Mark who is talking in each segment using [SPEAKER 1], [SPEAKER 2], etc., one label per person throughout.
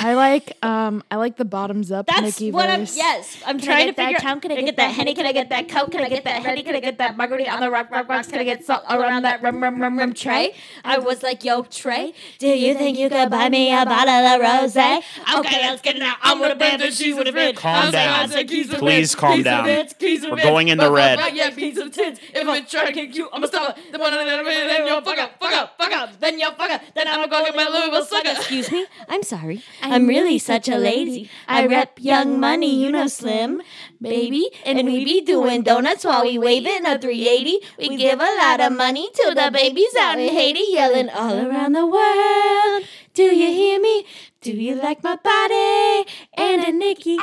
[SPEAKER 1] I like um I like the bottoms up
[SPEAKER 2] That's
[SPEAKER 1] Mickey
[SPEAKER 2] what I'm.
[SPEAKER 1] verse.
[SPEAKER 2] Yes, I'm
[SPEAKER 3] Can I
[SPEAKER 2] trying
[SPEAKER 3] get
[SPEAKER 2] to
[SPEAKER 3] that
[SPEAKER 2] figure.
[SPEAKER 3] count? Can I get that
[SPEAKER 2] that henny? Can I get that coke? Can I get that henny? Can I get that margarita on the rock, rock, rocks? Can I get salt around that rum, rum, rum, rum tray? I was like, Yo, Trey, do you think you could buy me a bottle of rosé? Okay, let's get it out. I'm gonna bet that she's with a bitch.
[SPEAKER 4] Calm
[SPEAKER 2] I'm saying,
[SPEAKER 4] down.
[SPEAKER 2] I said, keys of
[SPEAKER 4] Please
[SPEAKER 2] bitch,
[SPEAKER 4] calm
[SPEAKER 2] keys of
[SPEAKER 4] down.
[SPEAKER 2] bitch, keys of
[SPEAKER 4] We're
[SPEAKER 2] bitch.
[SPEAKER 4] going in the
[SPEAKER 2] Fuck,
[SPEAKER 4] red.
[SPEAKER 2] fuck, Yeah, piece of tits. If I try to kick you, I'ma stop it. The one that I'm in, then you'll fuck up, fuck up, fuck up. Then you'll fuck up. Then I'ma go get my Louisville sucker.
[SPEAKER 3] Excuse me? I'm sorry.
[SPEAKER 1] I'm
[SPEAKER 3] I'm,
[SPEAKER 1] really
[SPEAKER 3] really such a lady. I rep Young Money, you know Slim, baby. And we be doing donuts while we waving a 380. We give a lot of money to the babies out in Haiti, yelling all around the world. Do you hear me? Do you like my body? And a Nikki.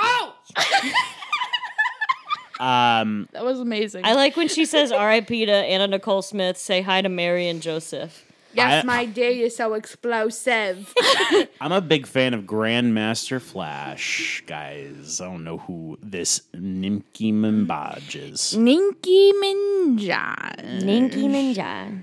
[SPEAKER 4] Um,
[SPEAKER 1] That was amazing.
[SPEAKER 2] I like when she says R.I.P. to Anna Nicole Smith. Say hi to Mary and Joseph.
[SPEAKER 1] yes,
[SPEAKER 4] I-
[SPEAKER 1] my dear, you're so explosive.
[SPEAKER 4] I'm a big fan of Grandmaster Flash, guys. I don't know who this Nimki Mimbaj is.
[SPEAKER 1] Ninky Minja.
[SPEAKER 3] Ninky Minjaj.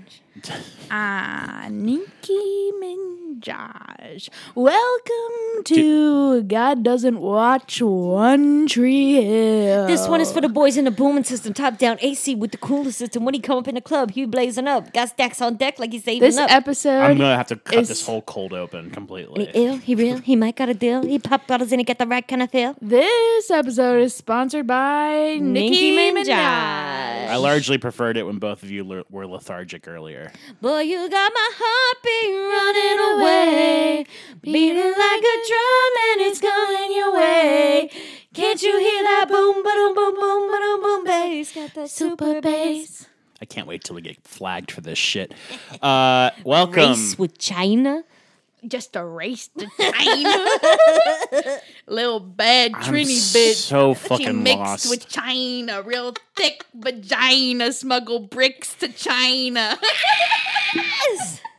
[SPEAKER 1] Ah, Ninky Minjaj. Welcome to God Doesn't Watch One Tree Hill.
[SPEAKER 2] This one is for the boys in the booming system, top down AC with the cooler system. When he come up in the club, he blazing up. Got stacks on deck like he's saving
[SPEAKER 1] This
[SPEAKER 2] up.
[SPEAKER 4] I'm
[SPEAKER 1] episode.
[SPEAKER 4] gonna have to cut
[SPEAKER 1] Is-
[SPEAKER 4] this whole cold open completely.
[SPEAKER 3] He ill, he real, he might got a deal. He pop bottles and he got the right kind of feel.
[SPEAKER 1] This episode is sponsored by Nicki
[SPEAKER 2] Nicki
[SPEAKER 1] Minaj.
[SPEAKER 2] Minaj.
[SPEAKER 4] I largely preferred it when both of you le- were lethargic earlier.
[SPEAKER 3] Boy, you got my heartbeat running away, beating like a drum, and it's going your way. Can't you hear that boom, boom, boom, boom, boom, boom bass? Got that super bass.
[SPEAKER 4] I can't wait till we get flagged for this shit. Uh, welcome.
[SPEAKER 3] Race with China.
[SPEAKER 1] Just a race to China. Little bad
[SPEAKER 4] I'm
[SPEAKER 1] Trini bitch.
[SPEAKER 4] So
[SPEAKER 1] She
[SPEAKER 4] fucking
[SPEAKER 1] mixed
[SPEAKER 4] lost.
[SPEAKER 1] with China, real thick vagina, smuggle bricks to China.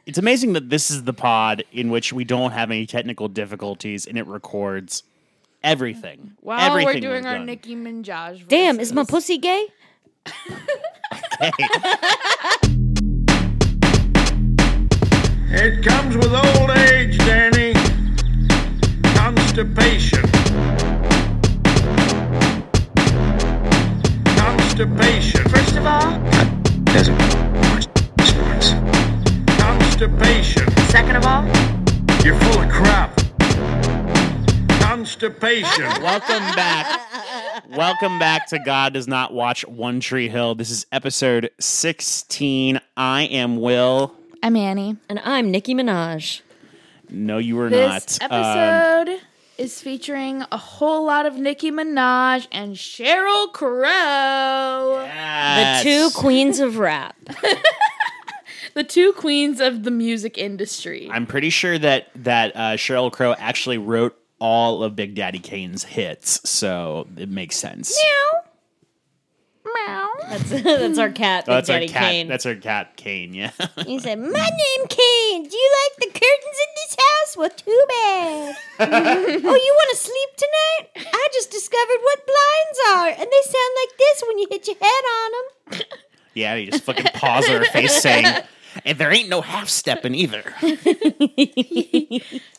[SPEAKER 4] It's amazing that this is the pod in which we don't have any technical difficulties and it records everything.
[SPEAKER 1] While
[SPEAKER 4] everything
[SPEAKER 1] we're doing our
[SPEAKER 4] done.
[SPEAKER 1] Nicki Minaj.
[SPEAKER 3] Damn, is my
[SPEAKER 1] voices.
[SPEAKER 3] pussy gay?
[SPEAKER 5] It comes with old age, Danny. Constipation. Constipation. First of all,
[SPEAKER 6] doesn't watch sports.
[SPEAKER 5] constipation.
[SPEAKER 6] Second of all,
[SPEAKER 5] You're full of crap. Constipation.
[SPEAKER 4] Welcome back. Welcome back to God Does Not Watch One Tree Hill. This is episode 16. I am Will.
[SPEAKER 1] I'm Annie.
[SPEAKER 2] and I'm Nicki Minaj.
[SPEAKER 4] No, you are
[SPEAKER 1] This
[SPEAKER 4] not. Um,
[SPEAKER 1] episode is featuring a whole lot of Nicki Minaj and Cheryl Crow,
[SPEAKER 4] yes.
[SPEAKER 2] Two queens of rap.
[SPEAKER 1] the two queens of the music industry.
[SPEAKER 4] I'm pretty sure that that uh, Cheryl Crow actually wrote all of Big Daddy Kane's hits, so it makes sense.
[SPEAKER 2] That's, that's our cat, Big
[SPEAKER 4] Oh, that's our
[SPEAKER 2] Daddy
[SPEAKER 4] cat.
[SPEAKER 2] Kane.
[SPEAKER 4] That's our cat Kane. Yeah.
[SPEAKER 3] He said, My name Kane. Do you like the curtains in this house? Well, too bad. oh, you want to sleep tonight? I just discovered what blinds are, and they sound like this when you hit your head on them.
[SPEAKER 4] Yeah, you just fucking paws in her face saying, and there ain't no half stepping either.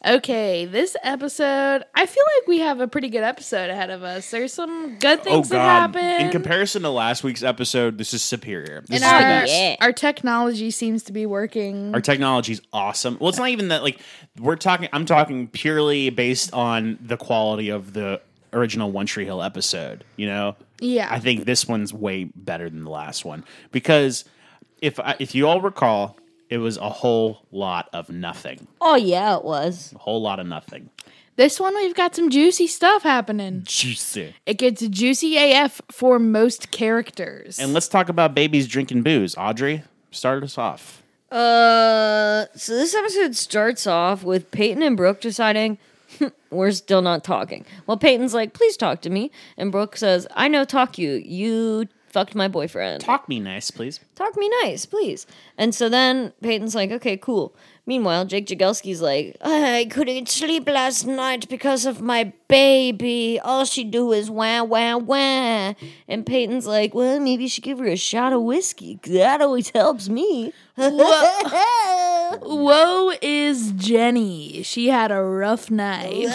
[SPEAKER 1] Okay, this episode, I feel like we have a pretty good episode ahead of us. There's some good things that happen.
[SPEAKER 4] Oh, In comparison to last week's episode, this is superior. This is
[SPEAKER 1] and
[SPEAKER 4] the
[SPEAKER 1] our,
[SPEAKER 4] best.
[SPEAKER 2] yeah.
[SPEAKER 1] our technology seems to be working.
[SPEAKER 4] Our technology's awesome. Well, it's not even that like we're talking I'm talking purely based on the quality of the original One Tree Hill episode, you know?
[SPEAKER 1] Yeah.
[SPEAKER 4] I think this one's way better than the last one because if I, if you all recall, it was a whole lot of nothing.
[SPEAKER 3] Oh, yeah, it was.
[SPEAKER 4] A whole lot of nothing.
[SPEAKER 1] This one, we've got some juicy stuff happening.
[SPEAKER 4] Juicy.
[SPEAKER 1] It gets juicy AF for most characters.
[SPEAKER 4] And let's talk about babies drinking booze. Audrey, start us off.
[SPEAKER 2] Uh, so this episode starts off with Peyton and Brooke deciding "Hm, we're still not talking. Well, Peyton's like, "Please talk to me," and Brooke says, "I know, talk you. You fucked my boyfriend.
[SPEAKER 4] Talk me nice, please.
[SPEAKER 2] talk me nice, please. And so then Peyton's like, okay, cool. Meanwhile, Jake Jagelski's like, I couldn't sleep last night because of my baby. All she do is wah, wah, wah. And Peyton's like, well, maybe you should give her a shot of whiskey. 'cause That always helps me.
[SPEAKER 1] Whoa. Woe is Jenny. She had a rough night.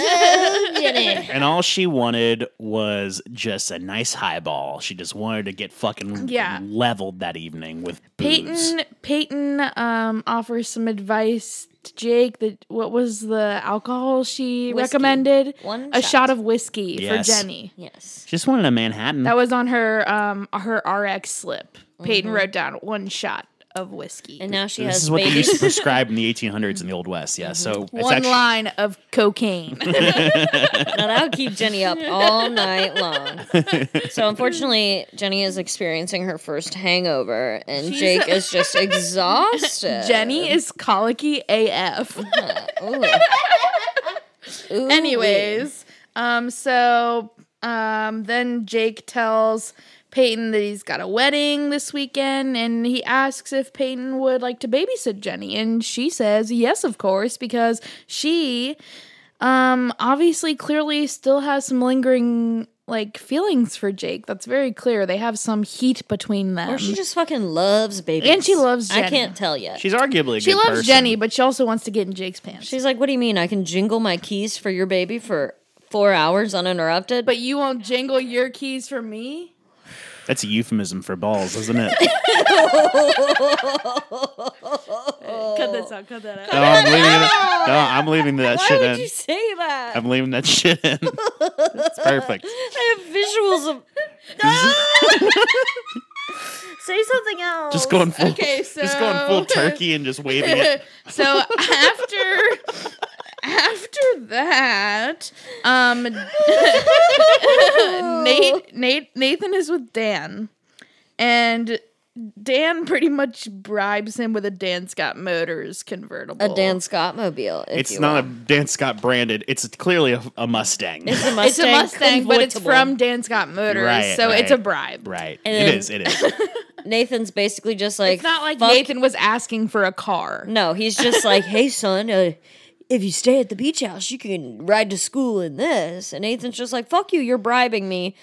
[SPEAKER 2] Jenny.
[SPEAKER 4] And all she wanted was just a nice highball. She just wanted to get fucking
[SPEAKER 1] Yeah.
[SPEAKER 4] leveled that evening with booze.
[SPEAKER 1] Peyton Peyton um offers some advice to Jake that what was the alcohol she
[SPEAKER 2] Whiskey.
[SPEAKER 1] recommended?
[SPEAKER 2] One
[SPEAKER 1] a
[SPEAKER 2] shot.
[SPEAKER 1] shot of whiskey
[SPEAKER 4] Yes.
[SPEAKER 1] for Jenny.
[SPEAKER 2] Yes.
[SPEAKER 4] She just wanted a Manhattan.
[SPEAKER 1] That was on her um her RX slip. Peyton wrote down one shot of whiskey.
[SPEAKER 2] And now she
[SPEAKER 4] this
[SPEAKER 2] has
[SPEAKER 4] is what they used to
[SPEAKER 2] babies.
[SPEAKER 4] prescribe in the 1800s in the Old West. Yeah, so it's
[SPEAKER 1] one
[SPEAKER 4] actually-
[SPEAKER 1] line of cocaine.
[SPEAKER 2] Now that'll keep Jenny up all night long. So unfortunately, Jenny is experiencing her first hangover, and Jake is just exhausted.
[SPEAKER 1] Jenny is colicky AF.
[SPEAKER 2] Ooh. Ooh.
[SPEAKER 1] Anyways, um, so um, then Jake tells Peyton that he's got a wedding this weekend, and he asks if Peyton would like to babysit Jenny, and she says yes, of course, because she, um, obviously, clearly, still has some lingering like feelings for Jake. That's very clear. They have some heat between them.
[SPEAKER 2] Or she just fucking loves babies.
[SPEAKER 1] And she loves
[SPEAKER 2] I
[SPEAKER 1] Jenny.
[SPEAKER 2] can't tell yet.
[SPEAKER 4] She's arguably a
[SPEAKER 1] she
[SPEAKER 4] good
[SPEAKER 1] loves
[SPEAKER 4] person.
[SPEAKER 1] Jenny, but she also wants to get in Jake's pants.
[SPEAKER 2] She's like, what do you mean? I can jingle my keys for your baby for four hours uninterrupted?
[SPEAKER 1] but you won't jingle your keys for me.
[SPEAKER 4] That's a euphemism for balls, isn't it?
[SPEAKER 1] Cut this out. Cut that out.
[SPEAKER 4] no, I'm leaving. It, no, I'm leaving that
[SPEAKER 2] why
[SPEAKER 4] shit
[SPEAKER 2] would
[SPEAKER 4] in.
[SPEAKER 2] you say that?
[SPEAKER 4] I'm leaving that shit in. it's perfect.
[SPEAKER 2] I have visuals of. say something else.
[SPEAKER 4] Just going full.
[SPEAKER 1] Okay, so
[SPEAKER 4] Just going full turkey and just waving it.
[SPEAKER 1] so after after that, um, Uh, Nate Nate Nathan is with Dan, and Dan pretty much bribes him with a Dan Scott Motors convertible.
[SPEAKER 2] a Dan Scott mobile.
[SPEAKER 4] It's not a Dan Scott branded. It's clearly a, a Mustang.
[SPEAKER 2] It's a Mustang,
[SPEAKER 1] It's a Mustang, but it's
[SPEAKER 2] convertible.
[SPEAKER 1] from Dan Scott Motors,
[SPEAKER 4] Right,
[SPEAKER 1] so it's a
[SPEAKER 4] right.
[SPEAKER 1] bribe.
[SPEAKER 4] right.
[SPEAKER 2] And-
[SPEAKER 4] it is. It is.
[SPEAKER 2] Nathan's basically just like.
[SPEAKER 1] It's not like
[SPEAKER 2] fuck-
[SPEAKER 1] Nathan was asking for a car.
[SPEAKER 2] No, he's just like, hey, son, uh, if you stay at the beach house, you can ride to school in this. And Nathan's just like, fuck you, you're bribing me.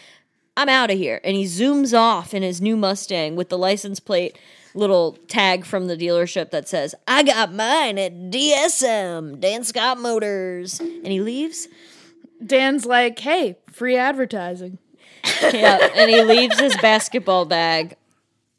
[SPEAKER 2] I'm out of here. And he zooms off in his new Mustang with the license plate little tag from the dealership that says, I got mine at DSM, Dan Scott Motors. And he leaves.
[SPEAKER 1] Dan's like, "Hey, free advertising."
[SPEAKER 2] yeah, and he leaves his basketball bag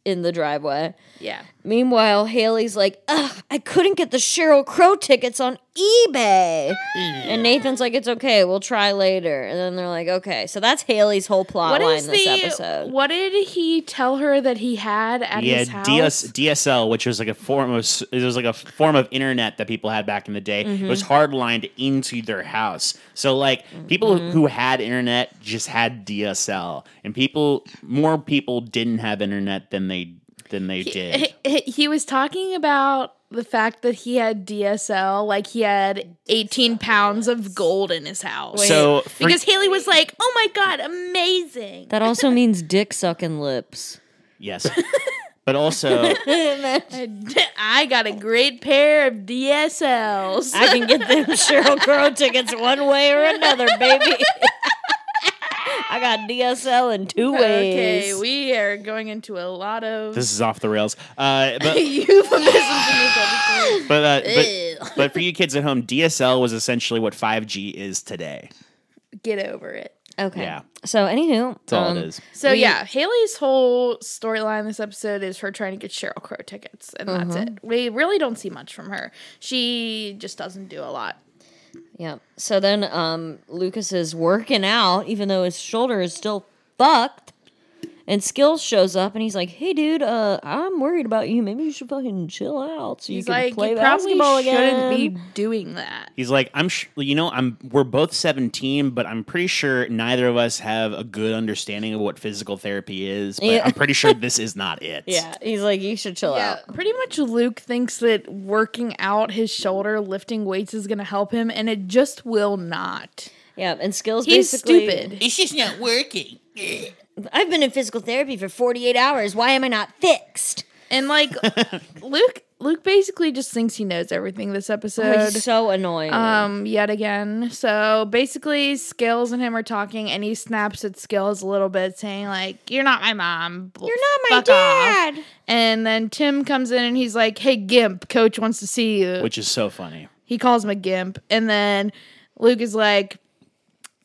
[SPEAKER 2] in the driveway.
[SPEAKER 1] Yeah.
[SPEAKER 2] Meanwhile, Haley's like, Ugh, I couldn't get the Cheryl Crow tickets on eBay. and Nathan's like, It's okay, we'll try later. And then they're like, Okay. So that's Haley's whole plot
[SPEAKER 1] What
[SPEAKER 2] line
[SPEAKER 1] is
[SPEAKER 2] this
[SPEAKER 1] the
[SPEAKER 2] episode.
[SPEAKER 1] what did he tell her that he had at
[SPEAKER 4] yeah,
[SPEAKER 1] his house?
[SPEAKER 4] DS, DSL, which was like a form of s- it was like a form of internet that people had back in the day.
[SPEAKER 2] Mm-hmm.
[SPEAKER 4] It was hardlined into their house. So like people
[SPEAKER 2] Mm-hmm.
[SPEAKER 4] who had internet just had DSL, and people more people didn't have internet than they than they did.
[SPEAKER 1] He, he- he was talking about the fact that he had DSL, like he had 18 pounds of gold in his house.
[SPEAKER 4] So for-
[SPEAKER 1] because Haley was like, "Oh my god, amazing!"
[SPEAKER 2] that also means dick sucking lips.
[SPEAKER 4] yes, but also
[SPEAKER 1] I got a great pair of DSLs.
[SPEAKER 2] I can get them Cheryl Crow tickets one way or another, baby. I got DSL in two ways.
[SPEAKER 1] Okay, we are going into a lot of
[SPEAKER 4] this is off the rails. Uh, but
[SPEAKER 1] euphemisms in this episode.
[SPEAKER 4] but, uh, but but for you kids at home, DSL was essentially what 5G is today.
[SPEAKER 1] Get over it.
[SPEAKER 2] okay.
[SPEAKER 4] Yeah.
[SPEAKER 2] So, anywho,
[SPEAKER 4] That's all
[SPEAKER 2] um,
[SPEAKER 4] it is.
[SPEAKER 1] So yeah, Haley's whole storyline this episode is her trying to get Cheryl Crow tickets, and that's
[SPEAKER 4] Mm-hmm.
[SPEAKER 1] it. We really don't see much from her. She just doesn't do a lot.
[SPEAKER 2] Yeah. So then um, Lucas is working out, even though his shoulder is still fucked. And Skills shows up and he's like, "Hey, dude, uh, I'm worried about you. Maybe you should fucking chill out so you
[SPEAKER 1] He's
[SPEAKER 2] can
[SPEAKER 1] like,
[SPEAKER 2] play
[SPEAKER 1] you probably
[SPEAKER 2] basketball
[SPEAKER 1] shouldn't
[SPEAKER 2] again."
[SPEAKER 1] be doing that.
[SPEAKER 4] He's like, I'm, sh- you know, I'm. We're both 17, but I'm pretty sure neither of us have a good understanding of what physical therapy is. But
[SPEAKER 2] Yeah.
[SPEAKER 4] I'm pretty sure this is not it.
[SPEAKER 2] yeah, he's like, "You should chill
[SPEAKER 1] Yeah,
[SPEAKER 2] out."
[SPEAKER 1] pretty much Luke thinks that working out his shoulder, lifting weights is going to help him, and it just will not.
[SPEAKER 2] Yeah, and Skills
[SPEAKER 1] He's
[SPEAKER 2] basically,
[SPEAKER 1] stupid.
[SPEAKER 4] It's just not working.
[SPEAKER 2] I've been in physical therapy for 48 hours. Why am I not fixed?
[SPEAKER 1] And like Luke Luke basically just thinks he knows everything this
[SPEAKER 2] Oh,
[SPEAKER 1] episode.
[SPEAKER 2] he's so annoying.
[SPEAKER 1] um, yet again. So basically, Skills and him are talking, and he snaps at Skills a little bit, saying like, "You're not my mom. You're
[SPEAKER 3] not my dad."
[SPEAKER 1] And then Tim comes in, and he's like, "Hey, Gimp, Coach wants to see you."
[SPEAKER 4] which is so funny.
[SPEAKER 1] he calls him a gimp and then luke is like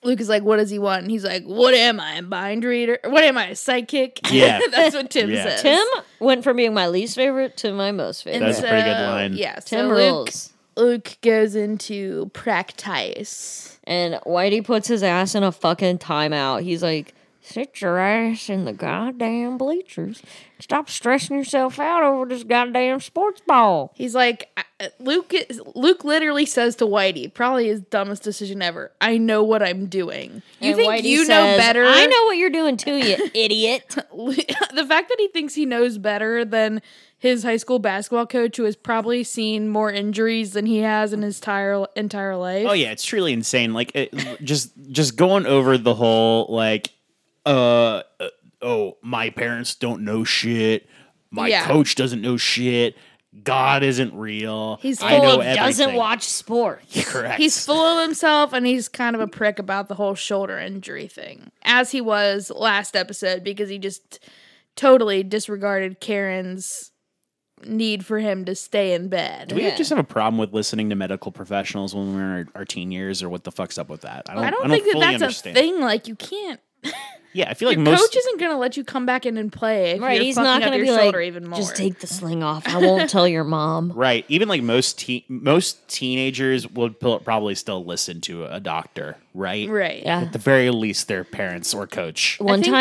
[SPEAKER 1] luke is like what does he want and he's like what am i a mind reader what am i a psychic
[SPEAKER 4] Yeah.
[SPEAKER 1] that's what tim
[SPEAKER 4] Yeah.
[SPEAKER 1] says
[SPEAKER 2] Tim went from being my least favorite to my most favorite.
[SPEAKER 4] That's a pretty good line.
[SPEAKER 1] yeah
[SPEAKER 2] Tim
[SPEAKER 1] so luke,
[SPEAKER 2] rules.
[SPEAKER 1] luke goes into practice
[SPEAKER 2] And Whitey puts his ass in a fucking timeout. He's like, sit your ass in the goddamn bleachers. Stop stressing yourself out over this goddamn sports ball.
[SPEAKER 1] he's like I- luke is, luke literally says to whitey probably his dumbest decision ever i know what i'm doing you
[SPEAKER 2] And
[SPEAKER 1] think
[SPEAKER 2] Whitey
[SPEAKER 1] you know
[SPEAKER 2] says,
[SPEAKER 1] better
[SPEAKER 2] I know what you're doing too, you idiot.
[SPEAKER 1] the fact that he thinks he knows better than his high school basketball coach, who has probably seen more injuries than he has in his entire entire life.
[SPEAKER 4] Oh yeah, it's truly insane. Like it, just just going over the whole like uh uh, oh, my parents don't know shit. My
[SPEAKER 1] Yeah.
[SPEAKER 4] coach doesn't know shit. God isn't real.
[SPEAKER 1] He's
[SPEAKER 4] I
[SPEAKER 1] full
[SPEAKER 4] know
[SPEAKER 1] of
[SPEAKER 4] everything.
[SPEAKER 2] Doesn't watch sports.
[SPEAKER 4] Correct.
[SPEAKER 1] He's full of himself and he's kind of a prick about the whole shoulder injury thing, as he was last episode because he just totally disregarded Karen's need for him to stay in bed.
[SPEAKER 4] Do we just have a problem with listening to medical professionals when we're in our, our teen years, or what the fuck's up with that? I don't.
[SPEAKER 1] I don't, think
[SPEAKER 4] fully
[SPEAKER 1] that that's
[SPEAKER 4] understand.
[SPEAKER 1] a thing. Like you can't.
[SPEAKER 4] Yeah, I feel like
[SPEAKER 1] your
[SPEAKER 4] most.
[SPEAKER 1] coach isn't going to let you come back in and play. If
[SPEAKER 2] Right,
[SPEAKER 1] you're
[SPEAKER 2] he's
[SPEAKER 1] fucking
[SPEAKER 2] not
[SPEAKER 1] up
[SPEAKER 2] going to
[SPEAKER 1] your
[SPEAKER 2] be like,
[SPEAKER 1] shoulder even more.
[SPEAKER 2] just take the sling off. I won't tell your mom.
[SPEAKER 4] Right, even like most teen, most teenagers would p- probably still listen to a doctor, right?
[SPEAKER 1] right.
[SPEAKER 2] Yeah.
[SPEAKER 4] At the very least, their parents or coach.
[SPEAKER 2] One
[SPEAKER 1] think-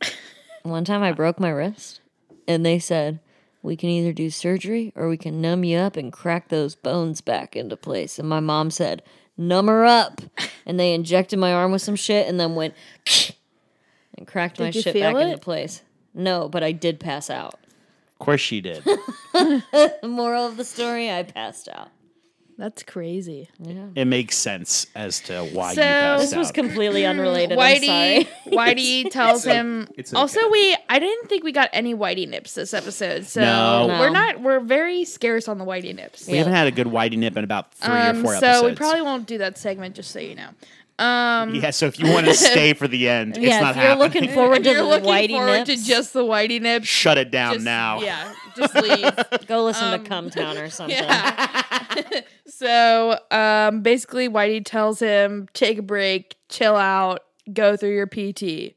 [SPEAKER 2] time, one time I broke my wrist, and they said we can either do surgery or we can numb you up and crack those bones back into place. And my mom said, "Numb her up," and they injected my arm with some shit, and then went and cracked my
[SPEAKER 1] Did you
[SPEAKER 2] shit
[SPEAKER 1] feel
[SPEAKER 2] back
[SPEAKER 1] it?
[SPEAKER 2] into place. No, but I did pass out.
[SPEAKER 4] Of course, she did.
[SPEAKER 2] The moral of the story: I passed out.
[SPEAKER 1] That's crazy.
[SPEAKER 4] it makes sense as to why
[SPEAKER 1] So-
[SPEAKER 4] you passed
[SPEAKER 2] This was
[SPEAKER 4] out.
[SPEAKER 2] completely unrelated. I'm
[SPEAKER 1] Whitey,
[SPEAKER 2] sorry.
[SPEAKER 1] Whitey tells him.
[SPEAKER 7] it's
[SPEAKER 1] also, we I didn't think we got any Whitey nips this episode, so
[SPEAKER 4] No.
[SPEAKER 2] No.
[SPEAKER 1] we're not. We're very scarce on the Whitey nips.
[SPEAKER 4] we haven't had a good whitey nip in about three or
[SPEAKER 1] Um,
[SPEAKER 4] four
[SPEAKER 1] so
[SPEAKER 4] episodes.
[SPEAKER 1] we probably won't do that segment, just so you know. Um,
[SPEAKER 4] yeah. So if you want to stay for the end, it's
[SPEAKER 2] Yeah,
[SPEAKER 4] not
[SPEAKER 2] if you're
[SPEAKER 4] happening.
[SPEAKER 2] looking forward to
[SPEAKER 1] if you're
[SPEAKER 2] the
[SPEAKER 1] looking
[SPEAKER 2] Whitey
[SPEAKER 1] forward
[SPEAKER 2] nips,
[SPEAKER 1] to just the Whitey nips.
[SPEAKER 4] Shut it down
[SPEAKER 1] just-
[SPEAKER 4] now.
[SPEAKER 1] yeah, just leave.
[SPEAKER 2] go listen to Cumtown or something.
[SPEAKER 1] so um, basically, Whitey tells him take a break, chill out, go through your PT.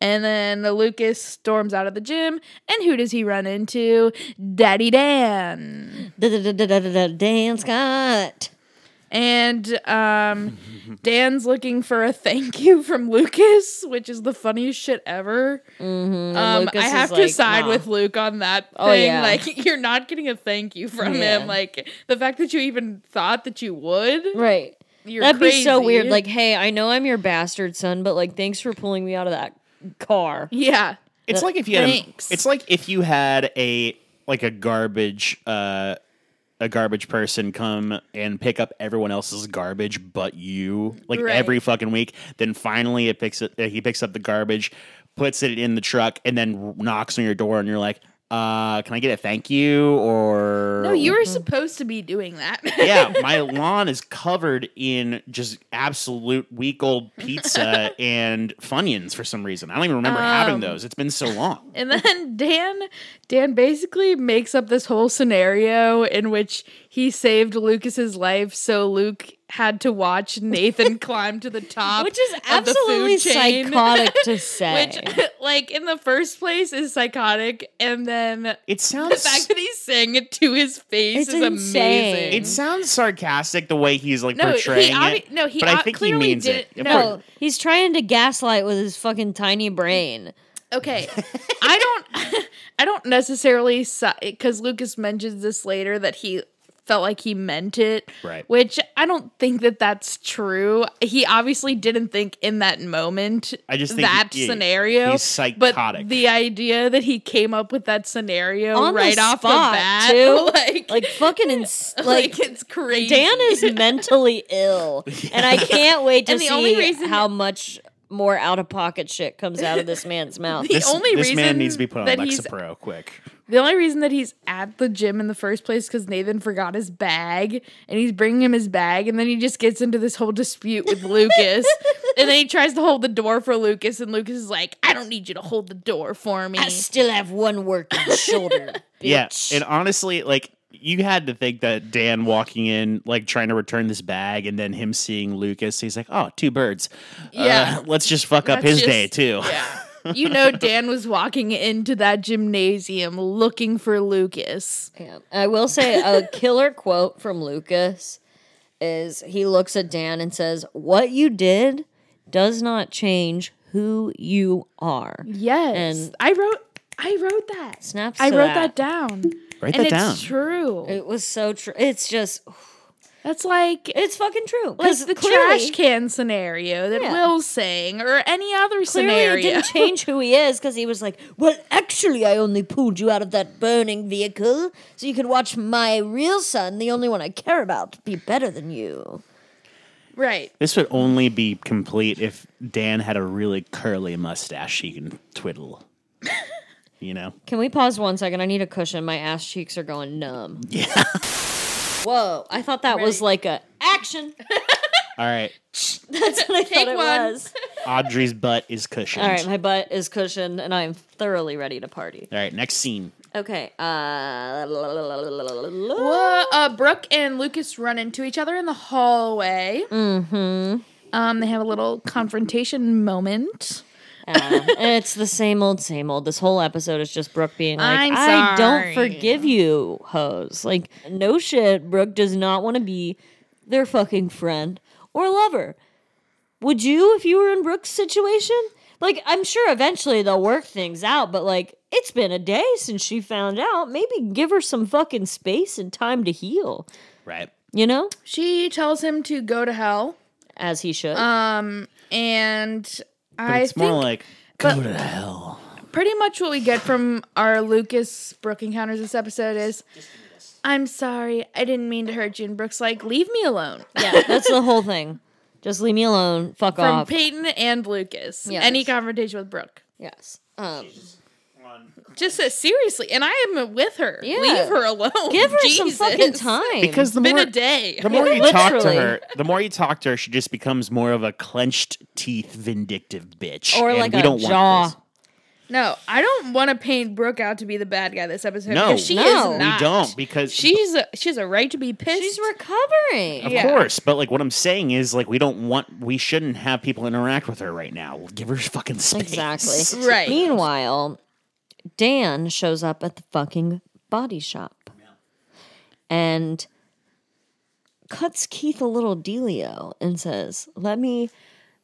[SPEAKER 1] And then the Lucas storms out of the gym, and who does he run into? Daddy Dan.
[SPEAKER 2] Da-da-da-da-da-da, Dan Scott.
[SPEAKER 1] And um, Dan's looking for a thank you from Lucas, which is the funniest shit ever. Um,
[SPEAKER 2] Lucas
[SPEAKER 1] I have
[SPEAKER 2] is
[SPEAKER 1] to
[SPEAKER 2] like,
[SPEAKER 1] side
[SPEAKER 2] nah.
[SPEAKER 1] with Luke on that thing.
[SPEAKER 2] Oh, yeah.
[SPEAKER 1] Like, you're not getting a thank you from
[SPEAKER 2] Yeah.
[SPEAKER 1] him. Like, the fact that you even thought that you would,
[SPEAKER 2] Right.
[SPEAKER 1] you're
[SPEAKER 2] That'd be so
[SPEAKER 1] crazy.
[SPEAKER 2] weird. Like, hey, I know I'm your bastard son, but like, thanks for pulling me out of that car.
[SPEAKER 1] yeah,
[SPEAKER 4] It's like if you had a-
[SPEAKER 1] Thanks.
[SPEAKER 4] it's like if you had a like a garbage uh a garbage person come and pick up everyone else's garbage but you like
[SPEAKER 1] Right.
[SPEAKER 4] every fucking week then finally it picks it uh, he picks up the garbage puts it in the truck and then knocks on your door and you're like uh can I get a thank you or
[SPEAKER 1] no, Oh, you were supposed to be doing that.
[SPEAKER 4] yeah, my lawn is covered in just absolute week old pizza and Funyuns for some reason. I don't even remember
[SPEAKER 1] Um,
[SPEAKER 4] having those. It's been so long.
[SPEAKER 1] And then Dan Dan basically makes up this whole scenario in which he saved Lucas's life so Luke had to watch Nathan climb to the top.
[SPEAKER 2] Which is
[SPEAKER 1] of the food
[SPEAKER 2] absolutely
[SPEAKER 1] chain,
[SPEAKER 2] psychotic to say.
[SPEAKER 1] Which like in the first place is psychotic and then
[SPEAKER 4] It
[SPEAKER 1] the
[SPEAKER 4] sounds
[SPEAKER 1] fact that he's saying it to his face
[SPEAKER 2] It's
[SPEAKER 1] is
[SPEAKER 2] insane.
[SPEAKER 1] amazing.
[SPEAKER 4] It sounds sarcastic the way he's like
[SPEAKER 1] no,
[SPEAKER 4] portraying
[SPEAKER 1] he obvi-
[SPEAKER 4] it.
[SPEAKER 1] no, he
[SPEAKER 4] but I
[SPEAKER 1] ob-
[SPEAKER 4] think he
[SPEAKER 1] clearly
[SPEAKER 4] means
[SPEAKER 1] didn't,
[SPEAKER 4] it. Of
[SPEAKER 1] No,
[SPEAKER 4] course.
[SPEAKER 2] no, he's trying to gaslight with his fucking tiny brain.
[SPEAKER 1] Okay, I don't, I don't necessarily because Lucas mentions this later that he felt like he meant it,
[SPEAKER 4] Right.
[SPEAKER 1] Which I don't think that that's true. He obviously didn't think in that moment.
[SPEAKER 4] I just think
[SPEAKER 1] that
[SPEAKER 4] he- yeah,
[SPEAKER 1] scenario.
[SPEAKER 4] he's psychotic.
[SPEAKER 1] But the idea that he came up with that scenario
[SPEAKER 2] On the
[SPEAKER 1] right off
[SPEAKER 2] spot,
[SPEAKER 1] the bat,
[SPEAKER 2] too.
[SPEAKER 1] like,
[SPEAKER 2] Like
[SPEAKER 1] like,
[SPEAKER 2] fucking ins- like
[SPEAKER 1] it's crazy.
[SPEAKER 2] Dan is mentally ill, and I can't wait to
[SPEAKER 1] And the
[SPEAKER 2] see
[SPEAKER 1] only reason-
[SPEAKER 2] how much more out of pocket shit comes out of this man's mouth.
[SPEAKER 1] The
[SPEAKER 4] This,
[SPEAKER 1] only
[SPEAKER 4] this man
[SPEAKER 1] reason
[SPEAKER 4] needs to be put on
[SPEAKER 1] that he's-
[SPEAKER 4] Lexapro quick.
[SPEAKER 1] The only reason that he's at the gym in the first place because Nathan forgot his bag, and he's bringing him his bag, and then he just gets into this whole dispute with Lucas, and then he tries to hold the door for Lucas, and Lucas is like, "I don't need you to hold the door for me."
[SPEAKER 2] I still have one working shoulder.
[SPEAKER 4] Yeah,
[SPEAKER 2] bitch.
[SPEAKER 4] and honestly, like you had to think that Dan walking in, like trying to return this bag, and then him seeing Lucas, he's like, "Oh, two birds.
[SPEAKER 1] Yeah.
[SPEAKER 4] uh, let's just fuck up
[SPEAKER 1] Let's
[SPEAKER 4] his
[SPEAKER 1] just-
[SPEAKER 4] day too."
[SPEAKER 1] Yeah. you know, Dan was walking into that gymnasium looking for Lucas.
[SPEAKER 2] Yeah. I will say a killer quote from Lucas is he looks at Dan and says, What you did does not change who you are.
[SPEAKER 1] Yes,
[SPEAKER 2] And-
[SPEAKER 1] I wrote, I wrote that.
[SPEAKER 2] Snaps
[SPEAKER 1] I
[SPEAKER 2] to
[SPEAKER 1] wrote
[SPEAKER 2] that.
[SPEAKER 1] that, down,
[SPEAKER 4] Write
[SPEAKER 1] and
[SPEAKER 4] that
[SPEAKER 1] it's
[SPEAKER 4] down.
[SPEAKER 1] true.
[SPEAKER 2] It was so true. It's just,
[SPEAKER 1] That's like
[SPEAKER 2] it's fucking true.
[SPEAKER 1] like
[SPEAKER 2] Because
[SPEAKER 1] the trash can scenario that
[SPEAKER 2] Yeah.
[SPEAKER 1] Will's saying, or any
[SPEAKER 2] Clearly,
[SPEAKER 1] other
[SPEAKER 2] it
[SPEAKER 1] scenario.
[SPEAKER 2] didn't change who he is because he was like, Well, actually, I only pulled you out of that burning vehicle so you could watch my real son, the only one I care about, be better than you.
[SPEAKER 1] right.
[SPEAKER 4] This would only be complete if Dan had a really curly mustache he can twiddle. you know,
[SPEAKER 2] Can we pause one second? I need a cushion. My ass cheeks are going numb. Yeah. Whoa. I thought that was like a action.
[SPEAKER 4] all right.
[SPEAKER 2] That's what I thought it
[SPEAKER 1] one.
[SPEAKER 2] was.
[SPEAKER 4] Audrey's butt is cushioned.
[SPEAKER 2] All right, my butt is cushioned and I am thoroughly ready to party.
[SPEAKER 4] All right, next scene.
[SPEAKER 2] Okay. Uh
[SPEAKER 1] Well, uh, Brooke and Lucas run into each other in the hallway. Mm-hmm. Um, they have a little confrontation moment.
[SPEAKER 2] uh, it's the same old, same old. This whole episode is just Brooke being like,
[SPEAKER 1] I'm
[SPEAKER 2] I don't
[SPEAKER 1] sorry."
[SPEAKER 2] forgive you, hoes. Like, no shit, Brooke does not want to be their fucking friend or lover. Would you if you were in Brooke's situation? Like, I'm sure eventually they'll work things out, but like, it's been a day since she found out. Maybe give her some fucking space and time to heal,
[SPEAKER 4] Right.
[SPEAKER 2] you know?
[SPEAKER 1] She tells him to go to hell,
[SPEAKER 2] As he should.
[SPEAKER 1] Uh, and
[SPEAKER 4] But
[SPEAKER 1] I
[SPEAKER 4] it's more
[SPEAKER 1] think
[SPEAKER 4] like go to hell.
[SPEAKER 1] pretty much what we get from our Lucas Brooke encounters this episode is. I'm sorry, I didn't mean to hurt you. And Brooke's like, leave me alone.
[SPEAKER 2] yeah, that's the whole thing. Just leave me alone. Fuck
[SPEAKER 1] From
[SPEAKER 2] off.
[SPEAKER 1] Peyton and Lucas.
[SPEAKER 2] Yes.
[SPEAKER 1] Any confrontation with Brooke.
[SPEAKER 2] yes. Um,
[SPEAKER 1] Just says, seriously, and I am with her.
[SPEAKER 2] Yeah.
[SPEAKER 1] Leave her alone.
[SPEAKER 2] Give her some
[SPEAKER 1] Jesus.
[SPEAKER 2] fucking time.
[SPEAKER 4] Because the
[SPEAKER 1] It's been
[SPEAKER 4] more
[SPEAKER 1] a day.
[SPEAKER 4] The more you talk to
[SPEAKER 2] Literally.
[SPEAKER 4] her, the more you talk to her, she just becomes more of a clenched teeth, vindictive bitch.
[SPEAKER 2] or
[SPEAKER 4] and
[SPEAKER 2] like
[SPEAKER 4] we
[SPEAKER 2] a
[SPEAKER 4] don't
[SPEAKER 2] jaw.
[SPEAKER 4] Want
[SPEAKER 1] No, I don't want to paint Brooke out to be the bad guy this episode.
[SPEAKER 4] No.
[SPEAKER 1] because she
[SPEAKER 2] No.
[SPEAKER 1] is
[SPEAKER 4] this.
[SPEAKER 1] not.
[SPEAKER 4] We don't because
[SPEAKER 1] She's a, she has a right to be pissed.
[SPEAKER 2] She's recovering.
[SPEAKER 4] of
[SPEAKER 1] yeah.
[SPEAKER 4] course. But like what I'm saying is like we don't want we shouldn't have people interact with her right now. Give her fucking space.
[SPEAKER 2] Exactly.
[SPEAKER 1] Right.
[SPEAKER 2] Meanwhile, Dan shows up at the fucking body shop and cuts Keith a little dealio and says, "Let me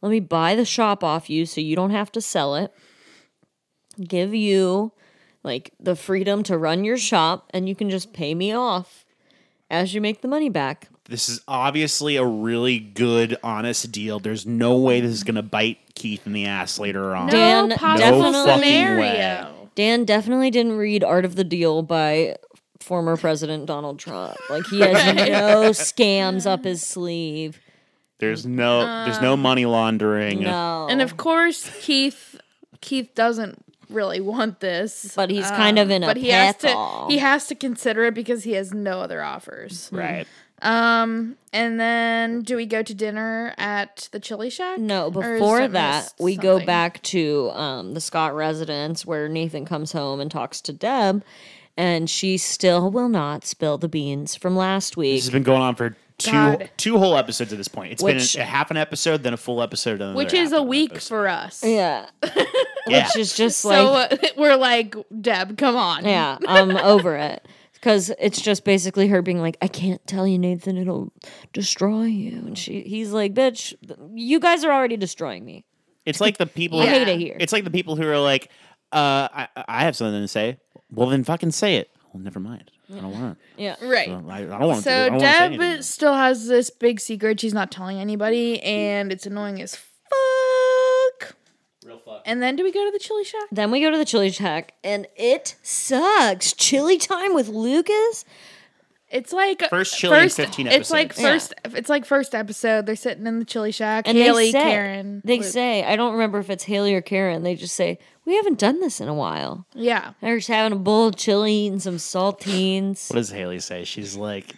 [SPEAKER 2] let me buy the shop off you so you don't have to sell it. Give you like the freedom to run your shop and you can just pay me off as you make the money back."
[SPEAKER 4] This is obviously a really good, honest deal. There's no way this is gonna bite Keith in the ass later on.
[SPEAKER 1] no
[SPEAKER 2] Dan
[SPEAKER 1] possible
[SPEAKER 2] No fucking
[SPEAKER 1] scenario.
[SPEAKER 2] Dan definitely didn't read Art of the Deal by former President Donald Trump. Like he has no scams up his sleeve.
[SPEAKER 1] Mm.
[SPEAKER 4] There's no there's
[SPEAKER 1] Um,
[SPEAKER 4] no money laundering.
[SPEAKER 2] No.
[SPEAKER 1] And of course, Keith Keith doesn't really want this, Um,
[SPEAKER 2] But he's kind of in a
[SPEAKER 1] uh, but he has to
[SPEAKER 2] pickle.
[SPEAKER 1] he has to consider it because he has no other offers.
[SPEAKER 4] Right.
[SPEAKER 1] Um, and then do we go to dinner at the Chili Shack?
[SPEAKER 2] no,
[SPEAKER 1] Or is
[SPEAKER 2] before
[SPEAKER 1] something-
[SPEAKER 2] that, we go
[SPEAKER 1] something?
[SPEAKER 2] back to um, the Scott residence where Nathan comes home and talks to Deb, and she still will not spill the beans from last week.
[SPEAKER 4] This has been going on for two
[SPEAKER 1] God.
[SPEAKER 4] two whole episodes at this point. It's
[SPEAKER 2] Which-
[SPEAKER 4] been a, half an episode, then a full episode, and
[SPEAKER 1] which
[SPEAKER 4] another
[SPEAKER 1] is
[SPEAKER 4] half
[SPEAKER 1] a
[SPEAKER 4] an
[SPEAKER 1] week
[SPEAKER 4] episode.
[SPEAKER 1] for us.
[SPEAKER 2] yeah.
[SPEAKER 4] Yeah.
[SPEAKER 2] Which is just like.
[SPEAKER 1] So uh, we're like, Deb, come on.
[SPEAKER 2] Yeah, I'm over it. Because it's just basically her being like, I can't tell you, Nathan, it'll destroy you. And she, he's like, bitch, you guys are already destroying me.
[SPEAKER 4] It's like the people.
[SPEAKER 2] I hate it here.
[SPEAKER 4] It's like the people who are like, uh, I, I have something to say. Well, then fucking say it. Well, never mind. I don't want to.
[SPEAKER 2] yeah.
[SPEAKER 1] Right.
[SPEAKER 4] I, I don't want to. I
[SPEAKER 1] So
[SPEAKER 4] don't wanna say anything now.
[SPEAKER 1] Deb still has this big secret she's not telling anybody, and it's annoying as fuck. Real fuck. And then do we go to the chili shack?
[SPEAKER 2] Then we go to the chili shack, and it sucks. Chili time with Lucas.
[SPEAKER 1] It's like
[SPEAKER 4] First chili in 15
[SPEAKER 1] It's like
[SPEAKER 4] episodes.
[SPEAKER 1] first. It's like first episode. They're sitting in the chili shack.
[SPEAKER 2] And
[SPEAKER 1] Haley,
[SPEAKER 2] they say,
[SPEAKER 1] Karen,
[SPEAKER 2] they
[SPEAKER 1] Luke.
[SPEAKER 2] say, I don't remember if it's Haley or Karen. They just say, we haven't done this in a while.
[SPEAKER 1] yeah.
[SPEAKER 2] They're just having a bowl of chili, eating some saltines.
[SPEAKER 4] What does Haley say? She's like,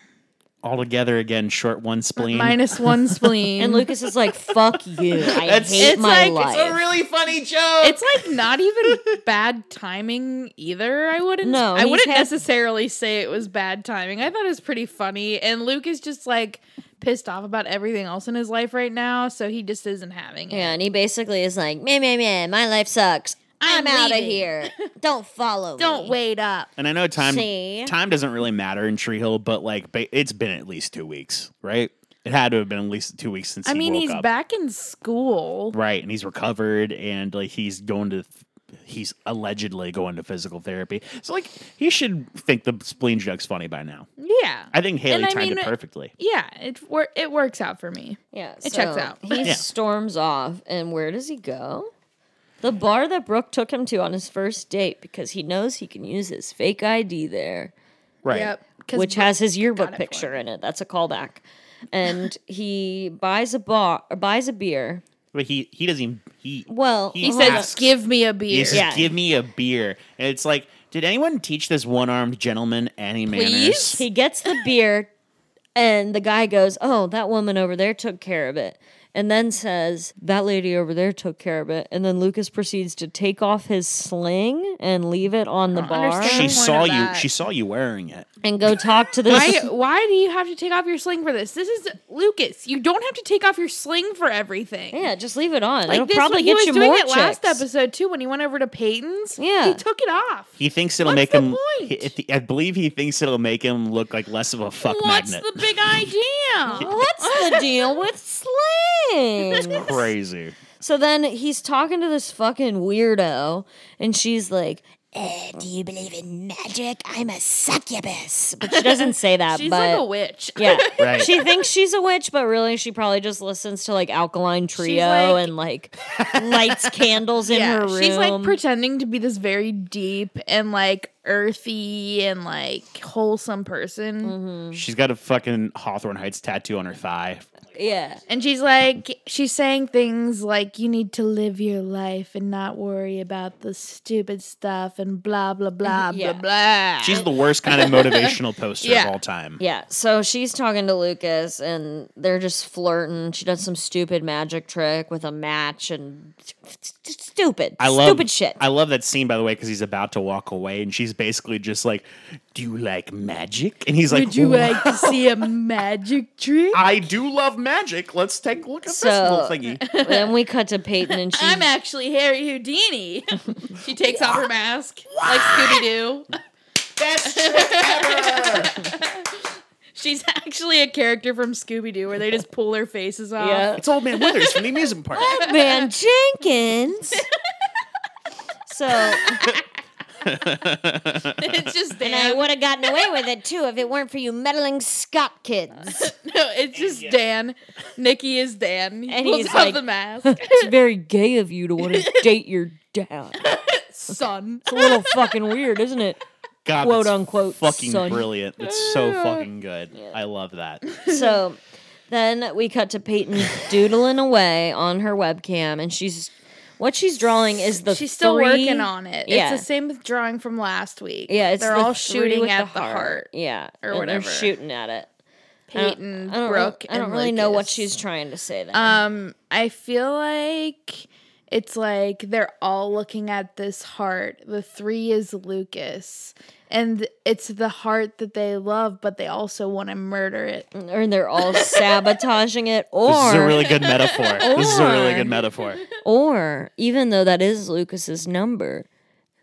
[SPEAKER 4] all together again, short one spleen.
[SPEAKER 1] Minus one spleen.
[SPEAKER 2] And Lucas is like, fuck you. I
[SPEAKER 4] That's-
[SPEAKER 2] hate
[SPEAKER 1] It's
[SPEAKER 2] my
[SPEAKER 1] like-
[SPEAKER 2] life.
[SPEAKER 1] it's
[SPEAKER 4] It's a really funny joke.
[SPEAKER 1] it's like not even bad timing either. I wouldn't.
[SPEAKER 2] No,
[SPEAKER 1] I
[SPEAKER 2] he's
[SPEAKER 1] wouldn't
[SPEAKER 2] had-
[SPEAKER 1] necessarily say it was bad timing. I thought it was pretty funny, and Luke is just like pissed off about everything else in his life right now, so he just isn't having it.
[SPEAKER 2] yeah, and he basically is like, man, man, man, my life sucks. I'm,
[SPEAKER 1] I'm
[SPEAKER 2] out of
[SPEAKER 1] leaving."
[SPEAKER 2] here. Don't follow
[SPEAKER 1] Don't
[SPEAKER 2] me.
[SPEAKER 1] wait up.
[SPEAKER 4] and I know time
[SPEAKER 2] See?
[SPEAKER 4] time doesn't really matter in Tree Hill, but like ba- it's been at least two weeks, right? It had to have been at least two weeks since
[SPEAKER 1] I
[SPEAKER 4] he
[SPEAKER 1] mean,
[SPEAKER 4] woke
[SPEAKER 1] he's
[SPEAKER 4] up.
[SPEAKER 1] back in school.
[SPEAKER 4] right? And he's recovered, and like he's going to. He's allegedly going to physical therapy. So, like, he should think the spleen joke's funny by now.
[SPEAKER 1] Yeah.
[SPEAKER 4] I think Haley
[SPEAKER 1] And I
[SPEAKER 4] timed
[SPEAKER 1] mean, uh,
[SPEAKER 4] it perfectly.
[SPEAKER 1] yeah, it wor- it works out for me.
[SPEAKER 2] Yeah,
[SPEAKER 1] It checks
[SPEAKER 2] so
[SPEAKER 1] out.
[SPEAKER 2] He
[SPEAKER 4] Yeah.
[SPEAKER 2] storms off, and where does he go? The bar that Brooke took him to on his first date because he knows he can use his fake ID there,
[SPEAKER 4] Right.
[SPEAKER 1] Yep. 'Cause
[SPEAKER 2] which has his yearbook
[SPEAKER 1] it for
[SPEAKER 2] picture in it. That's a callback. And he buys a bar, or buys a beer.
[SPEAKER 4] But he he doesn't even he
[SPEAKER 2] Well,
[SPEAKER 1] he
[SPEAKER 2] hold
[SPEAKER 1] says,
[SPEAKER 4] asks-
[SPEAKER 1] "Give me a
[SPEAKER 4] he
[SPEAKER 1] beer."
[SPEAKER 4] says,
[SPEAKER 2] Yeah.
[SPEAKER 4] give me a beer. And it's like, did anyone teach this one armed gentleman any
[SPEAKER 1] Please?
[SPEAKER 4] manners?
[SPEAKER 2] He gets the beer, and the guy goes, Oh, that woman over there took care of it. And then says, That lady over there took care of it. And then Lucas proceeds to take off his sling and leave it on the bar
[SPEAKER 1] understand.
[SPEAKER 4] She
[SPEAKER 1] Point
[SPEAKER 4] saw
[SPEAKER 1] of
[SPEAKER 4] you
[SPEAKER 1] that.
[SPEAKER 4] she saw you wearing it.
[SPEAKER 2] and go talk to this.
[SPEAKER 1] Why, why do you have to take off your sling for this? This is Lucas. You don't have to take off your sling for everything.
[SPEAKER 2] Yeah, just leave it on.
[SPEAKER 1] like
[SPEAKER 2] It'll
[SPEAKER 1] this,
[SPEAKER 2] probably
[SPEAKER 1] he
[SPEAKER 2] get
[SPEAKER 1] was
[SPEAKER 2] you
[SPEAKER 1] doing
[SPEAKER 2] more
[SPEAKER 1] it last
[SPEAKER 2] chicks.
[SPEAKER 1] episode too when he went over to Peyton's.
[SPEAKER 2] Yeah.
[SPEAKER 1] he took it off.
[SPEAKER 4] He thinks it'll
[SPEAKER 1] What's
[SPEAKER 4] make
[SPEAKER 1] the
[SPEAKER 4] him
[SPEAKER 1] point?
[SPEAKER 4] he- at the- I believe he thinks it'll make him look like less of a fuck
[SPEAKER 1] What's
[SPEAKER 4] magnet.
[SPEAKER 1] the big idea?
[SPEAKER 2] What's the deal with sling?
[SPEAKER 4] Crazy.
[SPEAKER 2] So then he's talking to this fucking weirdo, and she's like,
[SPEAKER 3] Eh, do you believe in magic? I'm a succubus.
[SPEAKER 2] but she doesn't say that.
[SPEAKER 1] She's
[SPEAKER 2] but
[SPEAKER 1] like a witch.
[SPEAKER 2] Yeah.
[SPEAKER 4] Right.
[SPEAKER 2] She thinks she's a witch, but really she probably just listens to like Alkaline Trio
[SPEAKER 1] like-
[SPEAKER 2] and like lights candles in her room.
[SPEAKER 1] she's like pretending to be this very deep and like earthy and like wholesome person.
[SPEAKER 2] Mm-hmm.
[SPEAKER 4] She's got a fucking Hawthorne Heights tattoo on her thigh.
[SPEAKER 2] yeah.
[SPEAKER 1] And she's like, she's saying things like, you need to live your life and not worry about the stupid stuff and blah, blah, blah,
[SPEAKER 2] Yeah.
[SPEAKER 1] blah, blah.
[SPEAKER 4] She's the worst kind of motivational poster
[SPEAKER 1] Uh, Yeah.
[SPEAKER 4] of all time.
[SPEAKER 2] Yeah. So she's talking to Lucas and they're just flirting. She does some stupid magic trick with a match and stupid.
[SPEAKER 4] I love
[SPEAKER 2] stupid shit.
[SPEAKER 4] I love that scene by the way because he's about to walk away and she's basically just like, "Do you like magic?" And he's like,
[SPEAKER 1] Would you
[SPEAKER 4] "Wow."
[SPEAKER 1] like to see a magic trick?
[SPEAKER 4] I do love magic. Let's take a look at
[SPEAKER 2] So-
[SPEAKER 4] thingy.
[SPEAKER 2] then we cut to Peyton and she's
[SPEAKER 1] I'm actually Harry Houdini. she takes off her mask like Scooby Doo.
[SPEAKER 4] Best trick ever.
[SPEAKER 1] She's actually a character from Scooby Doo where they just pull their faces off.
[SPEAKER 2] yeah.
[SPEAKER 4] It's old man Withers from the amusement park.
[SPEAKER 2] Van Jenkins. so
[SPEAKER 1] it's just
[SPEAKER 2] and I
[SPEAKER 1] Dan.
[SPEAKER 2] would have gotten away with it too if it weren't for you meddling Scott kids.
[SPEAKER 1] no, it's just Dan. Nikki is Dan. He
[SPEAKER 2] And
[SPEAKER 1] pulls
[SPEAKER 2] he's
[SPEAKER 1] off
[SPEAKER 2] like-
[SPEAKER 1] the mask.
[SPEAKER 2] it's very gay of you to want to date your dad. It's
[SPEAKER 1] Son.
[SPEAKER 2] a little fucking weird, isn't it?
[SPEAKER 4] God,
[SPEAKER 2] Quote
[SPEAKER 4] that's
[SPEAKER 2] unquote,
[SPEAKER 4] fucking
[SPEAKER 2] son.
[SPEAKER 4] brilliant. It's so fucking good. I love that.
[SPEAKER 2] So then we cut to Peyton doodling away on her webcam, and she's what she's drawing is the
[SPEAKER 1] She's still
[SPEAKER 2] three-
[SPEAKER 1] working on it.
[SPEAKER 2] Yeah.
[SPEAKER 1] It's the same with drawing from last week.
[SPEAKER 2] Yeah, it's
[SPEAKER 1] they're
[SPEAKER 2] the
[SPEAKER 1] all
[SPEAKER 2] three
[SPEAKER 1] shooting
[SPEAKER 2] with
[SPEAKER 1] at the heart.
[SPEAKER 2] Yeah,
[SPEAKER 1] or
[SPEAKER 2] and
[SPEAKER 1] whatever.
[SPEAKER 2] They're shooting at it. I don't-
[SPEAKER 1] Peyton,
[SPEAKER 2] I don't really-
[SPEAKER 1] Brooke.
[SPEAKER 2] I don't
[SPEAKER 1] and
[SPEAKER 2] really know what
[SPEAKER 1] Lucas.
[SPEAKER 2] she's trying to say. There.
[SPEAKER 1] Um, I feel like it's like they're all looking at this heart. The three is Lucas, and it's the heart that they love, but they also want to murder it.
[SPEAKER 2] or they're all sabotaging it, or
[SPEAKER 4] This is a really good metaphor. This is a really good metaphor.
[SPEAKER 2] or even though that is Lucas's number,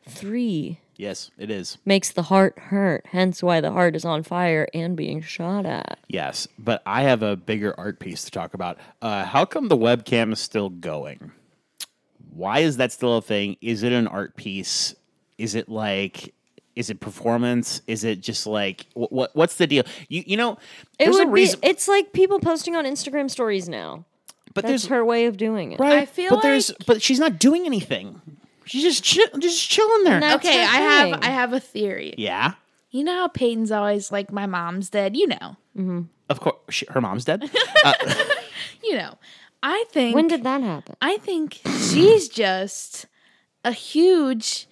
[SPEAKER 2] three
[SPEAKER 4] Yes, it is.
[SPEAKER 2] makes the heart hurt, hence why the heart is on fire and being shot at.
[SPEAKER 4] Yes, but I have a bigger art piece to talk about. Uh, how come the webcam is still going? Why is that still a thing? Is it an art piece? Is it like? Is it performance? Is it just like what? what what's the deal? You you know,
[SPEAKER 2] It
[SPEAKER 4] there's
[SPEAKER 2] would
[SPEAKER 4] a
[SPEAKER 2] be
[SPEAKER 4] reason.
[SPEAKER 2] it's like people posting on Instagram stories now.
[SPEAKER 4] but
[SPEAKER 2] That's
[SPEAKER 4] there's
[SPEAKER 2] her way of doing it.
[SPEAKER 4] Right.
[SPEAKER 1] I feel
[SPEAKER 4] but there's but she's not doing anything. She's just chill, just chilling there.
[SPEAKER 2] No. That's
[SPEAKER 1] okay,
[SPEAKER 2] her
[SPEAKER 1] I have
[SPEAKER 2] thing.
[SPEAKER 1] I have a theory.
[SPEAKER 4] Yeah.
[SPEAKER 1] You know how Peyton's always like, my mom's dead. You know,
[SPEAKER 4] Of course, she, her mom's dead.
[SPEAKER 1] you know. I think.
[SPEAKER 2] When did that happen?
[SPEAKER 1] I think she's just a huge,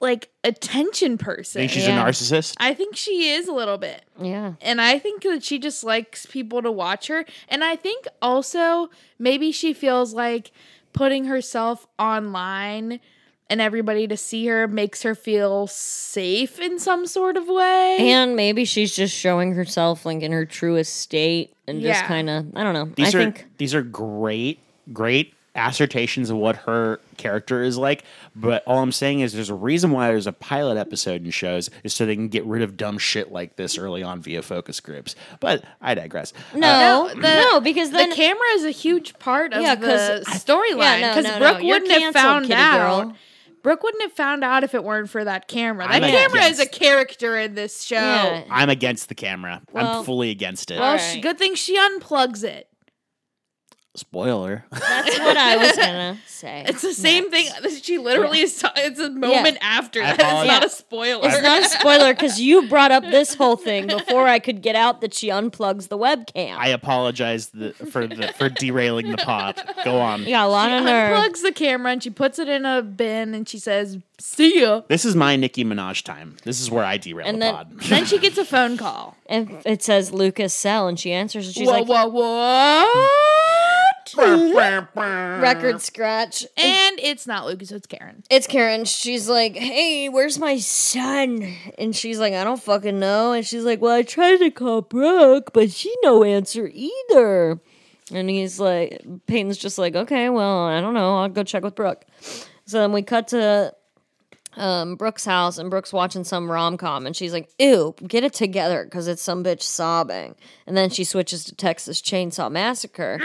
[SPEAKER 1] like, attention person.
[SPEAKER 4] think she's
[SPEAKER 2] Yeah.
[SPEAKER 4] a narcissist.
[SPEAKER 1] I think she is a little bit.
[SPEAKER 2] Yeah.
[SPEAKER 1] And I think that she just likes people to watch her. And I think also maybe she feels like putting herself online and everybody to see her makes her feel safe in some sort of way.
[SPEAKER 2] And maybe she's just showing herself like in her truest state and just
[SPEAKER 1] Yeah.
[SPEAKER 2] kind of I don't know.
[SPEAKER 4] These
[SPEAKER 2] I
[SPEAKER 4] are
[SPEAKER 2] think
[SPEAKER 4] these are great, great assertions of what her character is like. But all I'm saying is there's a reason why there's a pilot episode in shows is so they can get rid of dumb shit like this early on via focus groups. But I digress. Uh,
[SPEAKER 2] no,
[SPEAKER 1] No, the-
[SPEAKER 2] Uh, no, because then
[SPEAKER 1] the camera is a huge part of
[SPEAKER 2] Yeah, 'cause
[SPEAKER 1] the
[SPEAKER 2] yeah,
[SPEAKER 1] storyline
[SPEAKER 2] no,
[SPEAKER 1] because
[SPEAKER 2] no, no,
[SPEAKER 1] Brooke
[SPEAKER 2] you're
[SPEAKER 1] wouldn't have
[SPEAKER 2] canceled,
[SPEAKER 1] found
[SPEAKER 2] kitty
[SPEAKER 1] out.
[SPEAKER 2] girl.
[SPEAKER 1] Brooke wouldn't have found out if it weren't for that camera. That
[SPEAKER 4] I'm
[SPEAKER 1] camera is a
[SPEAKER 4] against-
[SPEAKER 1] character in this show.
[SPEAKER 2] Yeah.
[SPEAKER 4] I'm against the camera.
[SPEAKER 2] Well-
[SPEAKER 4] I'm fully against it.
[SPEAKER 1] Well,
[SPEAKER 2] All
[SPEAKER 1] she,
[SPEAKER 2] right.
[SPEAKER 1] good thing she unplugs it.
[SPEAKER 4] Spoiler.
[SPEAKER 2] that's what I was gonna say.
[SPEAKER 1] It's the same thing. She literally is. ta- it's a moment after
[SPEAKER 4] I
[SPEAKER 1] that. It's not
[SPEAKER 4] apologize.
[SPEAKER 1] a spoiler.
[SPEAKER 2] It's not a spoiler because you brought up this whole thing before I could get out that she unplugs the webcam.
[SPEAKER 4] I apologize the, for the, for derailing the pop. Go on.
[SPEAKER 2] you got a lot
[SPEAKER 1] she
[SPEAKER 2] on her.
[SPEAKER 1] unplugs the camera and she puts it in a bin and she says, "See ya."
[SPEAKER 4] This is my Nicki Minaj time. This is where I derail
[SPEAKER 2] And
[SPEAKER 4] the
[SPEAKER 2] then-
[SPEAKER 4] pod.
[SPEAKER 1] Then she gets a phone call.
[SPEAKER 2] And it says Lucas Cell, and she answers, and she's
[SPEAKER 1] whoa,
[SPEAKER 2] like,
[SPEAKER 1] whoa, what?
[SPEAKER 2] record scratch.
[SPEAKER 1] And it's not Lucas. It's Karen.
[SPEAKER 2] It's Karen. She's like, hey, where's my son? And she's like, I don't fucking know. And she's like, well, I tried to call Brooke, but she no answer either. And he's like, Peyton's just like, okay, well, I don't know. I'll go check with Brooke. So then we cut to um, Brooke's house, and Brooke's watching some rom com, and she's like, "Ew, get it together," because it's some bitch sobbing. And then she switches to Texas Chainsaw Massacre,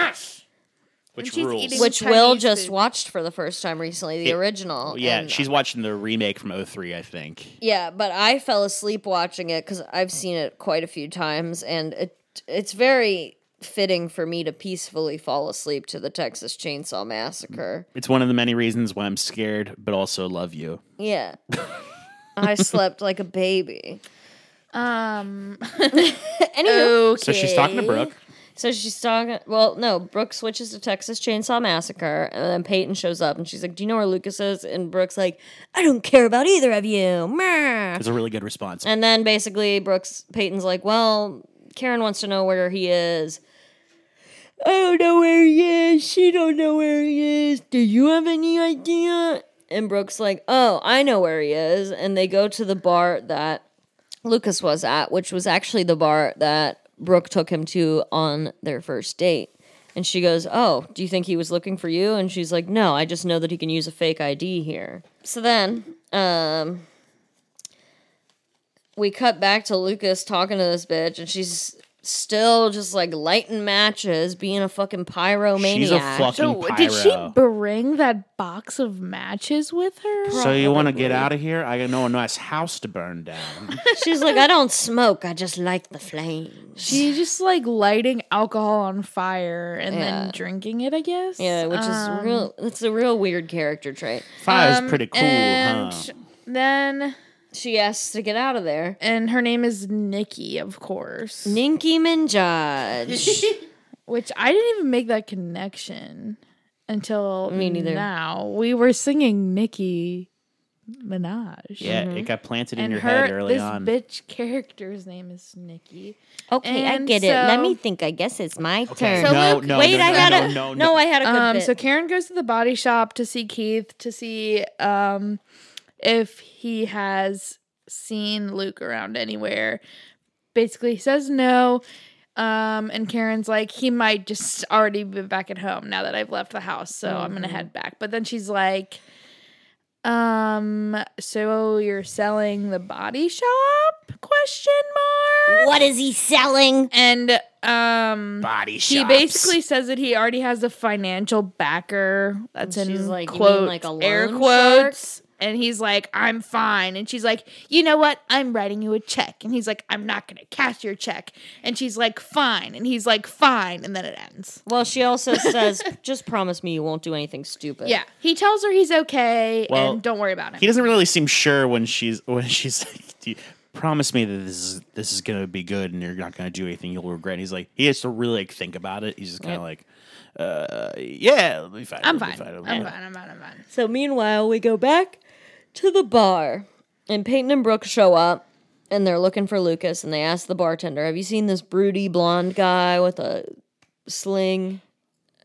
[SPEAKER 4] Which
[SPEAKER 1] she's
[SPEAKER 4] rules?
[SPEAKER 1] eating-
[SPEAKER 2] which
[SPEAKER 1] Chinese
[SPEAKER 2] Will just
[SPEAKER 1] food.
[SPEAKER 2] watched for the first time recently, the
[SPEAKER 4] It-
[SPEAKER 2] original.
[SPEAKER 4] yeah,
[SPEAKER 2] and-
[SPEAKER 4] she's watching the remake from 03, I think.
[SPEAKER 2] yeah, but I fell asleep watching it because I've seen it quite a few times, and it it's very fitting for me to peacefully fall asleep to the Texas Chainsaw Massacre.
[SPEAKER 4] It's one of the many reasons why I'm scared, but also love you.
[SPEAKER 2] Yeah. I slept like a baby.
[SPEAKER 1] Um.
[SPEAKER 2] Anywho,
[SPEAKER 1] Okay.
[SPEAKER 4] So she's talking to Brooke.
[SPEAKER 2] So she's talking. Well, no, Brooke switches to Texas Chainsaw Massacre, and then Peyton shows up, and she's like, "Do you know where Lucas is?" And Brooke's like, "I don't care about either of you." Meh.
[SPEAKER 4] It's a really good response.
[SPEAKER 2] And then basically, Brooks Peyton's like, "Well, Karen wants to know where he is." I don't know where he is. She don't know where he is. Do you have any idea? And Brooks like, "Oh, I know where he is." And they go to the bar that Lucas was at, which was actually the bar that Brooke took him to on their first date. And she goes, Oh, do you think he was looking for you? And she's like, No, I just know that he can use a fake ID here. So then, um, we cut back to Lucas talking to this bitch, and she's still just like lighting matches, being a fucking pyromaniac.
[SPEAKER 4] She's a fucking
[SPEAKER 1] So
[SPEAKER 4] pyro.
[SPEAKER 1] did she bring that box of matches with her?
[SPEAKER 4] so you want to get out of here? I know a nice house to burn down.
[SPEAKER 2] she's like, I don't smoke, I just like the flames.
[SPEAKER 1] She's just like lighting alcohol on fire and then
[SPEAKER 2] Yeah.
[SPEAKER 1] drinking it, I guess.
[SPEAKER 2] Yeah, which is
[SPEAKER 1] Um,
[SPEAKER 2] real, that's a real weird character trait.
[SPEAKER 4] Five's
[SPEAKER 1] um,
[SPEAKER 4] pretty cool,
[SPEAKER 1] and
[SPEAKER 4] huh?
[SPEAKER 1] Then,
[SPEAKER 2] She asks to get out of there.
[SPEAKER 1] and her name is Nikki, of course.
[SPEAKER 2] Ninky Minjaj.
[SPEAKER 1] which I didn't even make that connection until
[SPEAKER 2] Me neither.
[SPEAKER 1] now. We were singing Nikki Minaj.
[SPEAKER 4] Yeah, it got planted in
[SPEAKER 1] Mhm. And
[SPEAKER 4] your
[SPEAKER 1] her,
[SPEAKER 4] head early
[SPEAKER 1] this
[SPEAKER 4] on.
[SPEAKER 1] bitch character's name is Nikki.
[SPEAKER 2] Okay, I
[SPEAKER 1] And
[SPEAKER 2] get it. Let
[SPEAKER 1] so-
[SPEAKER 2] me think. I guess it's my
[SPEAKER 4] Okay,
[SPEAKER 2] turn.
[SPEAKER 1] So
[SPEAKER 4] no,
[SPEAKER 1] Luke-
[SPEAKER 4] no,
[SPEAKER 2] Wait,
[SPEAKER 4] no,
[SPEAKER 2] I
[SPEAKER 4] no,
[SPEAKER 2] got
[SPEAKER 4] no,
[SPEAKER 2] a
[SPEAKER 4] no,
[SPEAKER 2] no,
[SPEAKER 4] no.
[SPEAKER 2] I had a good
[SPEAKER 1] Um,
[SPEAKER 2] bit.
[SPEAKER 1] so Karen goes to the body shop to see Keith to see um, if he has seen Luke around anywhere. Basically, he says no. Um, and Karen's like, he might just already be back at home now that I've left the house, so I'm
[SPEAKER 2] Mm-hmm.
[SPEAKER 1] gonna head back. But then she's like, um, so you're selling the body shop? Question mark.
[SPEAKER 2] what is he selling?
[SPEAKER 1] And um,
[SPEAKER 4] Body shots.
[SPEAKER 1] he basically says that he already has a financial backer. That's
[SPEAKER 2] And she's
[SPEAKER 1] in
[SPEAKER 2] like, "You mean
[SPEAKER 1] quotes,
[SPEAKER 2] like a
[SPEAKER 1] air
[SPEAKER 2] loan
[SPEAKER 1] quotes. And he's like, "I'm fine." And she's like, "You know what? I'm writing you a check." And he's like, "I'm not gonna cash your check." And she's like, "Fine." And he's like, "Fine." And then it ends.
[SPEAKER 2] Well, she also says, just promise me you won't do anything stupid.
[SPEAKER 1] Yeah, he tells her he's okay
[SPEAKER 4] Well,
[SPEAKER 1] and don't worry about him.
[SPEAKER 4] He doesn't really seem sure when she's when she's like, do you, promise me that this is this is gonna be good and you're not gonna do anything you'll regret. And he's like, he has to really like, think about it. He's just kind of like, uh, yeah, it'll be fine.
[SPEAKER 1] I'm
[SPEAKER 4] it'll be
[SPEAKER 1] fine. I'm
[SPEAKER 4] it'll be
[SPEAKER 1] fine. I'm fine. I'm fine.
[SPEAKER 2] So meanwhile, we go back to the bar, and Peyton and Brooke show up, and they're looking for Lucas, and they ask the bartender, "Have you seen this broody blonde guy with a sling?"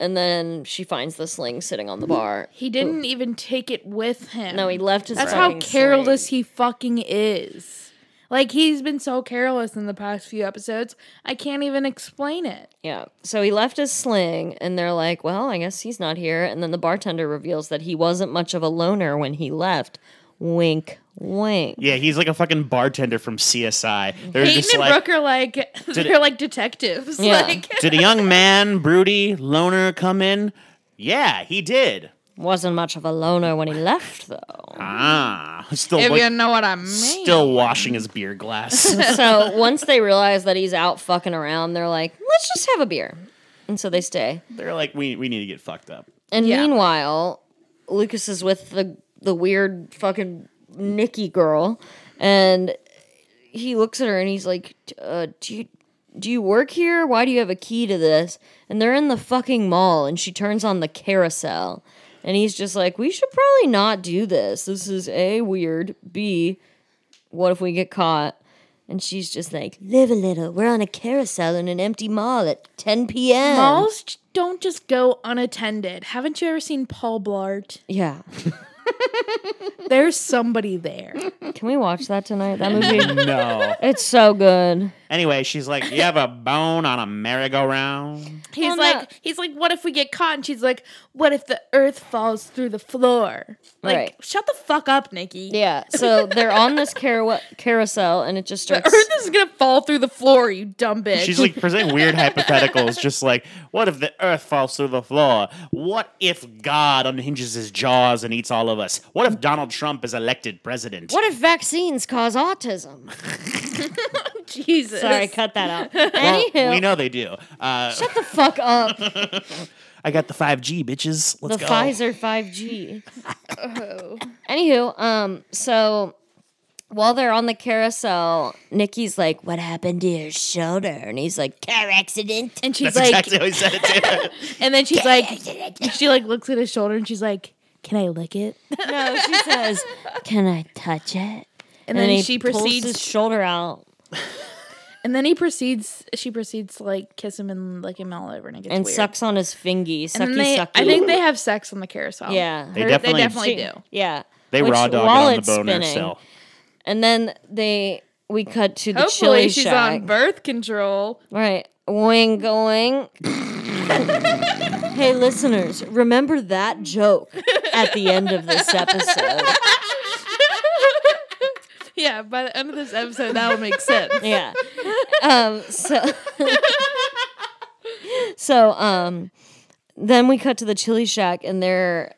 [SPEAKER 2] And then she finds the sling sitting on the bar.
[SPEAKER 1] He didn't even take it with him.
[SPEAKER 2] No, he left his.
[SPEAKER 1] That's how
[SPEAKER 2] fucking
[SPEAKER 1] careless
[SPEAKER 2] sling.
[SPEAKER 1] he fucking is. Like he's been so careless in the past few episodes. I can't even explain it.
[SPEAKER 2] Yeah. So he left his sling, and they're like, "Well, I guess he's not here." And then the bartender reveals that he wasn't much of a loner when he left. Wink, wink.
[SPEAKER 4] Yeah, he's like a fucking bartender from CSI. They're
[SPEAKER 1] Peyton
[SPEAKER 4] just
[SPEAKER 1] and
[SPEAKER 4] like,
[SPEAKER 1] Brooke are like they're like detectives.
[SPEAKER 2] Yeah.
[SPEAKER 1] Like
[SPEAKER 4] did a young man, broody loner, come in? Yeah, he did.
[SPEAKER 2] Wasn't much of a loner when he left, though.
[SPEAKER 4] Ah, still,
[SPEAKER 1] if
[SPEAKER 4] wa-
[SPEAKER 1] you know what I mean.
[SPEAKER 4] still washing his beer glass.
[SPEAKER 2] so once they realize that he's out fucking around, they're like, let's just have a beer. And so they stay.
[SPEAKER 4] They're like, we we need to get fucked up.
[SPEAKER 2] And
[SPEAKER 1] Yeah.
[SPEAKER 2] meanwhile, Lucas is with the the weird fucking Nikki girl, and he looks at her and he's like, "T- uh, "Do you do you work here? Why do you have a key to this?" And they're in the fucking mall, and she turns on the carousel, and he's just like, "We should probably not do this. This is a weird. B, what if we get caught?" And she's just like, "Live a little. We're on a carousel in an empty mall at 10 p.m."
[SPEAKER 1] Malls j- don't just go unattended. Haven't you ever seen Paul Blart?
[SPEAKER 2] Yeah.
[SPEAKER 1] There's somebody there.
[SPEAKER 2] Can we watch that tonight? That movie.
[SPEAKER 4] No.
[SPEAKER 2] It's so good.
[SPEAKER 4] Anyway, she's like, you have a bone on a merry-go-round.
[SPEAKER 1] He's
[SPEAKER 2] Well, no.
[SPEAKER 1] like, he's like, what if we get caught? And she's like, what if the earth falls through the floor? Like,
[SPEAKER 2] Right.
[SPEAKER 1] shut the fuck up, Nikki.
[SPEAKER 2] Yeah. So they're on this cara- carousel and it just
[SPEAKER 1] The
[SPEAKER 2] starts.
[SPEAKER 1] earth is gonna fall through the floor, you dumb bitch.
[SPEAKER 4] She's like presenting weird hypotheticals, just like, what if the earth falls through the floor? What if God unhinges his jaws and eats all of us? What if Donald Trump is elected president?
[SPEAKER 2] What if vaccines cause autism?
[SPEAKER 1] Jesus.
[SPEAKER 2] Sorry, cut that out.
[SPEAKER 4] Well,
[SPEAKER 2] Anywho,
[SPEAKER 4] we know they do. Uh,
[SPEAKER 2] shut the fuck up.
[SPEAKER 4] I got the 5G, bitches. Let's
[SPEAKER 2] the
[SPEAKER 4] go.
[SPEAKER 2] Pfizer 5G.
[SPEAKER 1] Oh.
[SPEAKER 2] Anywho, um, so while they're on the carousel, Nikki's like, "What happened to your shoulder?" And he's like, "Car accident."
[SPEAKER 1] And she's
[SPEAKER 4] That's
[SPEAKER 1] like,
[SPEAKER 4] exactly how he said it too.
[SPEAKER 1] and then she's like, she like looks at his shoulder and she's like, can I lick it?
[SPEAKER 2] No, she says, "Can I touch it?" And,
[SPEAKER 1] And then
[SPEAKER 2] he
[SPEAKER 1] she
[SPEAKER 2] pulls
[SPEAKER 1] proceeds.
[SPEAKER 2] his shoulder out.
[SPEAKER 1] And then he proceeds. She proceeds to like kiss him and lick him all over, and it gets
[SPEAKER 2] and
[SPEAKER 1] weird.
[SPEAKER 2] sucks on his fingy. Sucky,
[SPEAKER 1] And then they,
[SPEAKER 2] sucky.
[SPEAKER 1] I think they have sex on the carousel.
[SPEAKER 2] yeah,
[SPEAKER 4] They
[SPEAKER 2] her-
[SPEAKER 4] definitely-
[SPEAKER 1] they definitely
[SPEAKER 2] she-
[SPEAKER 1] do.
[SPEAKER 2] yeah.
[SPEAKER 4] They
[SPEAKER 2] Which,
[SPEAKER 4] raw dogged
[SPEAKER 2] while
[SPEAKER 4] on the
[SPEAKER 2] it's
[SPEAKER 4] boner
[SPEAKER 2] spinning-
[SPEAKER 4] cell.
[SPEAKER 2] And then they we cut to the
[SPEAKER 1] Hopefully,
[SPEAKER 2] chili
[SPEAKER 1] she's
[SPEAKER 2] shack.
[SPEAKER 1] on birth control.
[SPEAKER 2] Right. Wing going. hey, listeners, remember that joke at the end of this episode.
[SPEAKER 1] Yeah, by the end of this episode, that'll make sense.
[SPEAKER 2] Yeah. Um, so, so um, then we cut to the chili shack and they're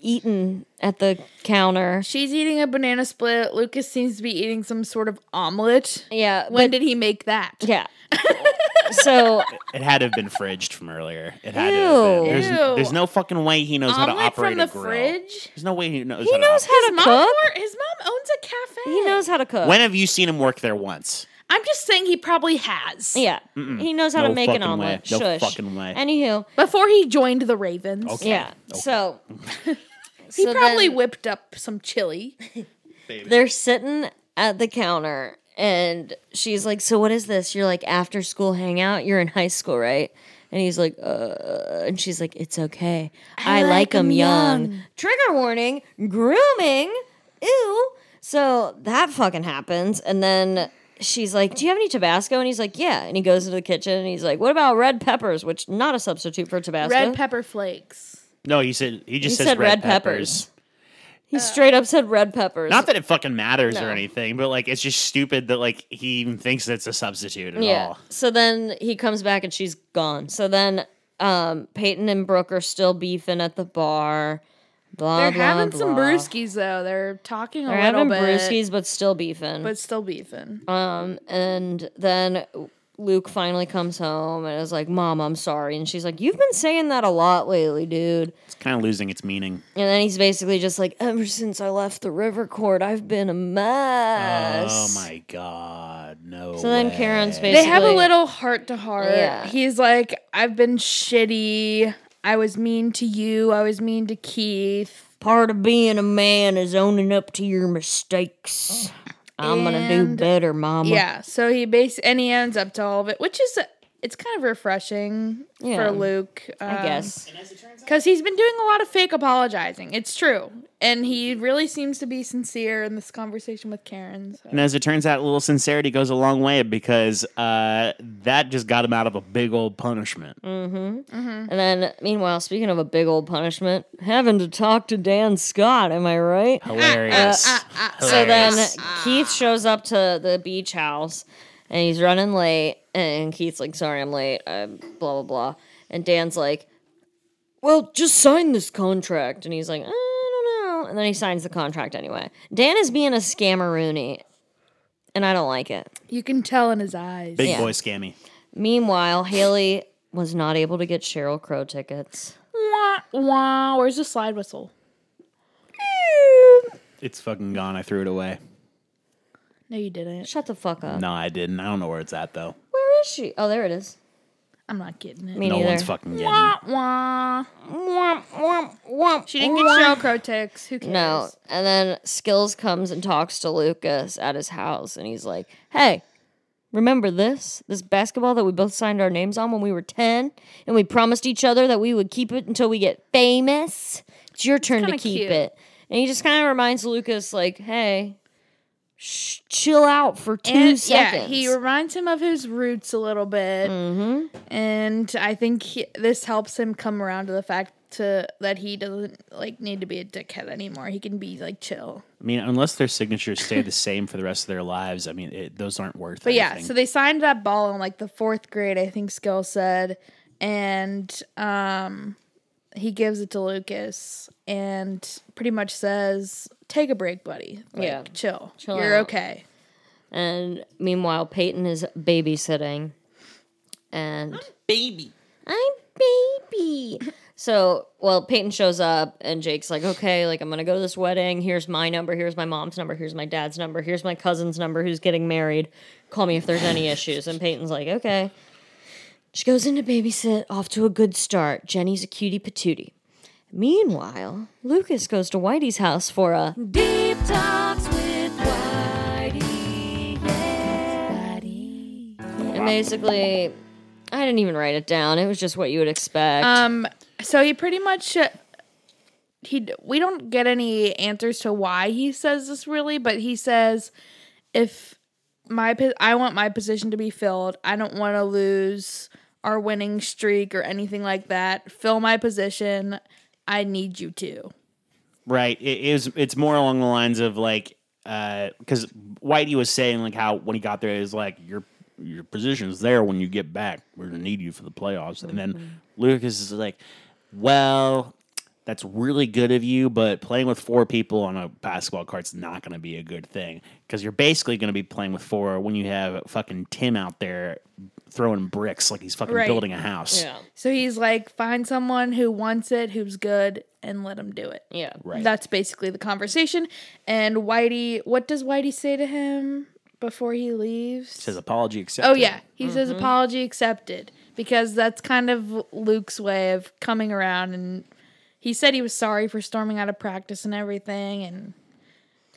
[SPEAKER 2] eating at the counter.
[SPEAKER 1] She's eating a banana split. Lucas seems to be eating some sort of omelet.
[SPEAKER 2] Yeah.
[SPEAKER 1] When did he make that?
[SPEAKER 2] Yeah. so
[SPEAKER 4] It had to have been fridged from earlier. It had to have been.
[SPEAKER 2] Ew.
[SPEAKER 4] There's,
[SPEAKER 1] Ew.
[SPEAKER 4] there's no fucking way he knows how to
[SPEAKER 1] omelet
[SPEAKER 4] operate
[SPEAKER 1] from the
[SPEAKER 4] a grill.
[SPEAKER 1] fridge.
[SPEAKER 4] There's no way he knows.
[SPEAKER 2] he
[SPEAKER 4] how
[SPEAKER 2] knows
[SPEAKER 4] to
[SPEAKER 2] how to
[SPEAKER 1] Mom
[SPEAKER 2] cook.
[SPEAKER 1] wor- his mom owns a cafe.
[SPEAKER 2] He knows how to cook.
[SPEAKER 4] When have you seen him work there once?
[SPEAKER 1] I'm just saying he probably has.
[SPEAKER 2] yeah, he knows how
[SPEAKER 4] No
[SPEAKER 2] to make an
[SPEAKER 4] fucking
[SPEAKER 2] omelet.
[SPEAKER 4] way. No
[SPEAKER 2] Shush.
[SPEAKER 4] fucking way.
[SPEAKER 2] Anywho,
[SPEAKER 1] Before he joined the Ravens,
[SPEAKER 4] Okay.
[SPEAKER 2] yeah. So
[SPEAKER 1] he
[SPEAKER 2] so
[SPEAKER 1] probably
[SPEAKER 2] then
[SPEAKER 1] whipped up some chili.
[SPEAKER 2] they're sitting at the counter, and she's like, "So what is this? You're like after school hangout. You're in high school, right?" And he's like, "Uh," and she's like, "It's okay. I, like,
[SPEAKER 1] like
[SPEAKER 2] 'em
[SPEAKER 1] 'em
[SPEAKER 2] young. Trigger warning: grooming. Ew." So that fucking happens, and then she's like, "Do you have any Tabasco?" And he's like, "Yeah." And he goes into the kitchen, and he's like, "What about red peppers? Which not a substitute for Tabasco.
[SPEAKER 1] Red pepper flakes.
[SPEAKER 4] No, he said he just
[SPEAKER 2] He
[SPEAKER 4] says
[SPEAKER 2] said red peppers. He straight up said red peppers.
[SPEAKER 4] Not that it fucking matters
[SPEAKER 2] No.
[SPEAKER 4] or anything, but like it's just stupid that like he even thinks it's a substitute at all.
[SPEAKER 2] So then he comes back and she's gone. So then um, Peyton and Brooke are still beefing at the bar. Blah
[SPEAKER 1] They're
[SPEAKER 2] blah
[SPEAKER 1] having
[SPEAKER 2] blah.
[SPEAKER 1] some brewskis though. They're talking a
[SPEAKER 2] They're
[SPEAKER 1] little
[SPEAKER 2] having
[SPEAKER 1] bit,
[SPEAKER 2] brewskis, but still beefing.
[SPEAKER 1] but still beefing.
[SPEAKER 2] um, and then Luke finally comes home and is like, Mom, I'm sorry. And she's like, You've been saying that a lot lately, dude.
[SPEAKER 4] It's kind of losing its meaning.
[SPEAKER 2] And then he's basically just like, Ever since I left the river court, I've been a mess.
[SPEAKER 4] Oh my god, no.
[SPEAKER 2] So then
[SPEAKER 4] way.
[SPEAKER 2] Karen's basically.
[SPEAKER 1] They have a little heart to heart.
[SPEAKER 2] Yeah.
[SPEAKER 1] He's like, I've been shitty. I was mean to you. I was mean to Keith.
[SPEAKER 2] Part of being a man is owning up to your mistakes. I'm gonna do
[SPEAKER 1] Oh. And-
[SPEAKER 2] better, Mama.
[SPEAKER 1] Yeah. So he base and he ends up to all of it, which is it's kind of refreshing
[SPEAKER 2] Yeah.
[SPEAKER 1] for Luke.
[SPEAKER 2] I guess.
[SPEAKER 1] Mm-hmm. because he's been doing a lot of fake apologizing. It's true, and he really seems to be sincere in this conversation with Karen. So.
[SPEAKER 4] And as it turns out, a little sincerity goes a long way because uh, that just got him out of a big old punishment.
[SPEAKER 2] Mm. And then, meanwhile, speaking of a big old punishment, having to talk to Dan Scott, am I right?
[SPEAKER 4] Hilarious.
[SPEAKER 2] ah, So then Keith
[SPEAKER 4] Ah.
[SPEAKER 2] shows up to the beach house and he's running late. And Keith's like, sorry, I'm late. Uh, blah, blah, blah. And Dan's like, well, just sign this contract. And he's like, I don't know. And then he signs the contract anyway. Dan is being a scammeroony. And I don't like it.
[SPEAKER 1] You can tell in his eyes.
[SPEAKER 4] Big
[SPEAKER 2] yeah.
[SPEAKER 4] boy scammy.
[SPEAKER 2] Meanwhile, Haley was not able to get Cheryl Crow tickets.
[SPEAKER 1] Wah, wah. Where's the slide whistle?
[SPEAKER 4] It's fucking gone. I threw it away.
[SPEAKER 1] No, you didn't.
[SPEAKER 2] Shut the fuck up.
[SPEAKER 4] No, I didn't. I don't know where it's at though.
[SPEAKER 2] Where is she? Oh, there it is.
[SPEAKER 1] I'm not getting it.
[SPEAKER 2] Me
[SPEAKER 4] no
[SPEAKER 2] neither.
[SPEAKER 4] one's fucking getting. it.
[SPEAKER 1] Wah, wah.
[SPEAKER 2] Womp, womp, womp,
[SPEAKER 1] She didn't get
[SPEAKER 2] womp.
[SPEAKER 1] Cheryl Crow ticks. Who cares?
[SPEAKER 2] No. And then Skills comes and talks to Lucas at his house, and he's like, "Hey, remember this? This basketball that we both signed our names on when we were ten, and we promised each other that we would keep it until we get famous. It's your turn to
[SPEAKER 1] kinda
[SPEAKER 2] keep
[SPEAKER 1] cute.
[SPEAKER 2] it." And he just kind of reminds Lucas, like, "Hey, sh- chill out for two
[SPEAKER 1] And-
[SPEAKER 2] seconds." Mm-hmm.
[SPEAKER 1] Yeah, he reminds him of his roots a little bit, and I think he, this helps him come around to the fact to that he doesn't like need to be a dickhead anymore. He can be like chill.
[SPEAKER 4] I mean, unless their signatures stay the same for the rest of their lives, I mean, it, those aren't worth.
[SPEAKER 1] But yeah,
[SPEAKER 4] anything.
[SPEAKER 1] so they signed that ball in like the fourth grade, I think Skill said, and um, he gives it to Lucas and pretty much says, "Take a break, buddy. Like,
[SPEAKER 2] Yeah.
[SPEAKER 1] chill.
[SPEAKER 2] Chill
[SPEAKER 1] You're
[SPEAKER 2] out.
[SPEAKER 1] okay."
[SPEAKER 2] And meanwhile, Peyton is babysitting. And I'm baby. I'm baby. So, well, Peyton shows up and Jake's like, okay, like I'm gonna go to this wedding. Here's my number, here's my mom's number, here's my dad's number, here's my cousin's number who's getting married. Call me if there's any issues. And Peyton's like, okay. She goes into babysit, off to a good start. Jenny's a cutie patootie. Meanwhile, Lucas goes to Whitey's house for a deep talks with Whitey. And basically, I didn't even write it down. It was just what you would expect.
[SPEAKER 1] Um, so he pretty much uh, he d- we don't get any answers to why he says this really, but he says if my po- I want my position to be filled, I don't want to lose our winning streak or anything like that. Fill my position. I need you to.
[SPEAKER 4] Right. It is. It's more along the lines of like, because Whitey was saying like how when he got there, it was like your your position's there when you get back. We're gonna need you for the playoffs. And
[SPEAKER 1] Mm-hmm.
[SPEAKER 4] then Lucas is like, well. That's really good of you, but playing with four people on a basketball court's not going to be a good thing because you're basically going to be playing with four when you have fucking Tim out there throwing bricks like he's fucking
[SPEAKER 1] Right.
[SPEAKER 4] building a house.
[SPEAKER 2] yeah,
[SPEAKER 1] So he's like, find someone who wants it, who's good, and let him do it.
[SPEAKER 2] yeah.
[SPEAKER 4] Right.
[SPEAKER 1] That's basically the conversation. And Whitey, what does Whitey say to him before he leaves?
[SPEAKER 4] Says apology accepted.
[SPEAKER 1] Oh yeah, he says
[SPEAKER 2] Mm-hmm.
[SPEAKER 1] apology accepted because that's kind of Luke's way of coming around and he said he was sorry for storming out of practice and everything and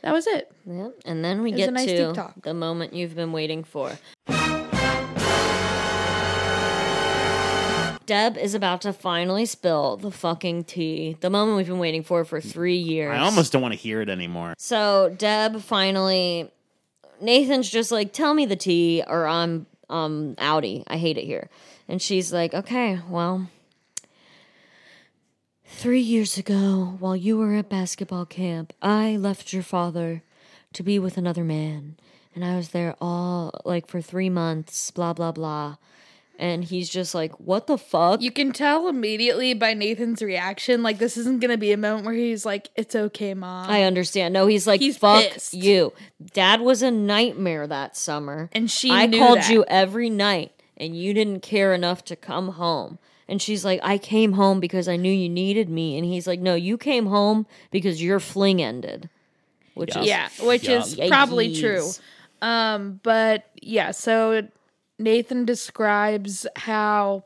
[SPEAKER 1] that was it.
[SPEAKER 2] Yeah. And then we
[SPEAKER 1] was
[SPEAKER 2] get
[SPEAKER 1] a nice deep
[SPEAKER 2] to
[SPEAKER 1] talk.
[SPEAKER 2] the moment you've been waiting for. Deb is about to finally spill the fucking tea. The moment we've been waiting for for three years.
[SPEAKER 4] I almost don't want to hear it anymore.
[SPEAKER 2] So Deb finally, Nathan's just like, "Tell me the tea, or I'm um outie. I hate it here." And she's like, "Okay, well." Three years ago, while you were at basketball camp, I left your father to be with another man. And I was there all like for three months, blah, blah, blah. and he's just like, "What the fuck?"
[SPEAKER 1] You can tell immediately by Nathan's reaction, like this isn't gonna be a moment where he's like, "It's okay, mom,"
[SPEAKER 2] I understand. No, he's like,
[SPEAKER 1] He's
[SPEAKER 2] "Fuck
[SPEAKER 1] pissed.
[SPEAKER 2] you." Dad was a nightmare that summer,
[SPEAKER 1] and she.
[SPEAKER 2] I
[SPEAKER 1] knew
[SPEAKER 2] called
[SPEAKER 1] that.
[SPEAKER 2] you every night, and you didn't care enough to come home. And she's like, "I came home because I knew you needed me," and he's like, "No, you came home because your fling ended." Which
[SPEAKER 4] Yeah.
[SPEAKER 2] is
[SPEAKER 1] Yeah, which
[SPEAKER 4] Yeah.
[SPEAKER 1] is probably
[SPEAKER 2] Yikes.
[SPEAKER 1] true. Um, but yeah, so Nathan describes how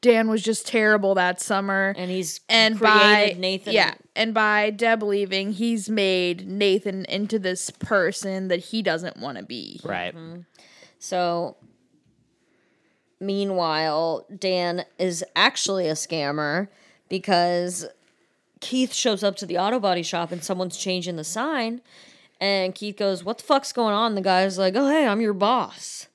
[SPEAKER 1] Dan was just terrible that summer.
[SPEAKER 2] and he's
[SPEAKER 1] and
[SPEAKER 2] created
[SPEAKER 1] by
[SPEAKER 2] Nathan.
[SPEAKER 1] yeah, and by Deb leaving, he's made Nathan into this person that he doesn't want to be.
[SPEAKER 4] Right.
[SPEAKER 1] Mm-hmm.
[SPEAKER 2] So meanwhile, Dan is actually a scammer because Keith shows up to the auto body shop and someone's changing the sign and Keith goes, "What the fuck's going on?" The guy's like, "Oh, hey, I'm your boss."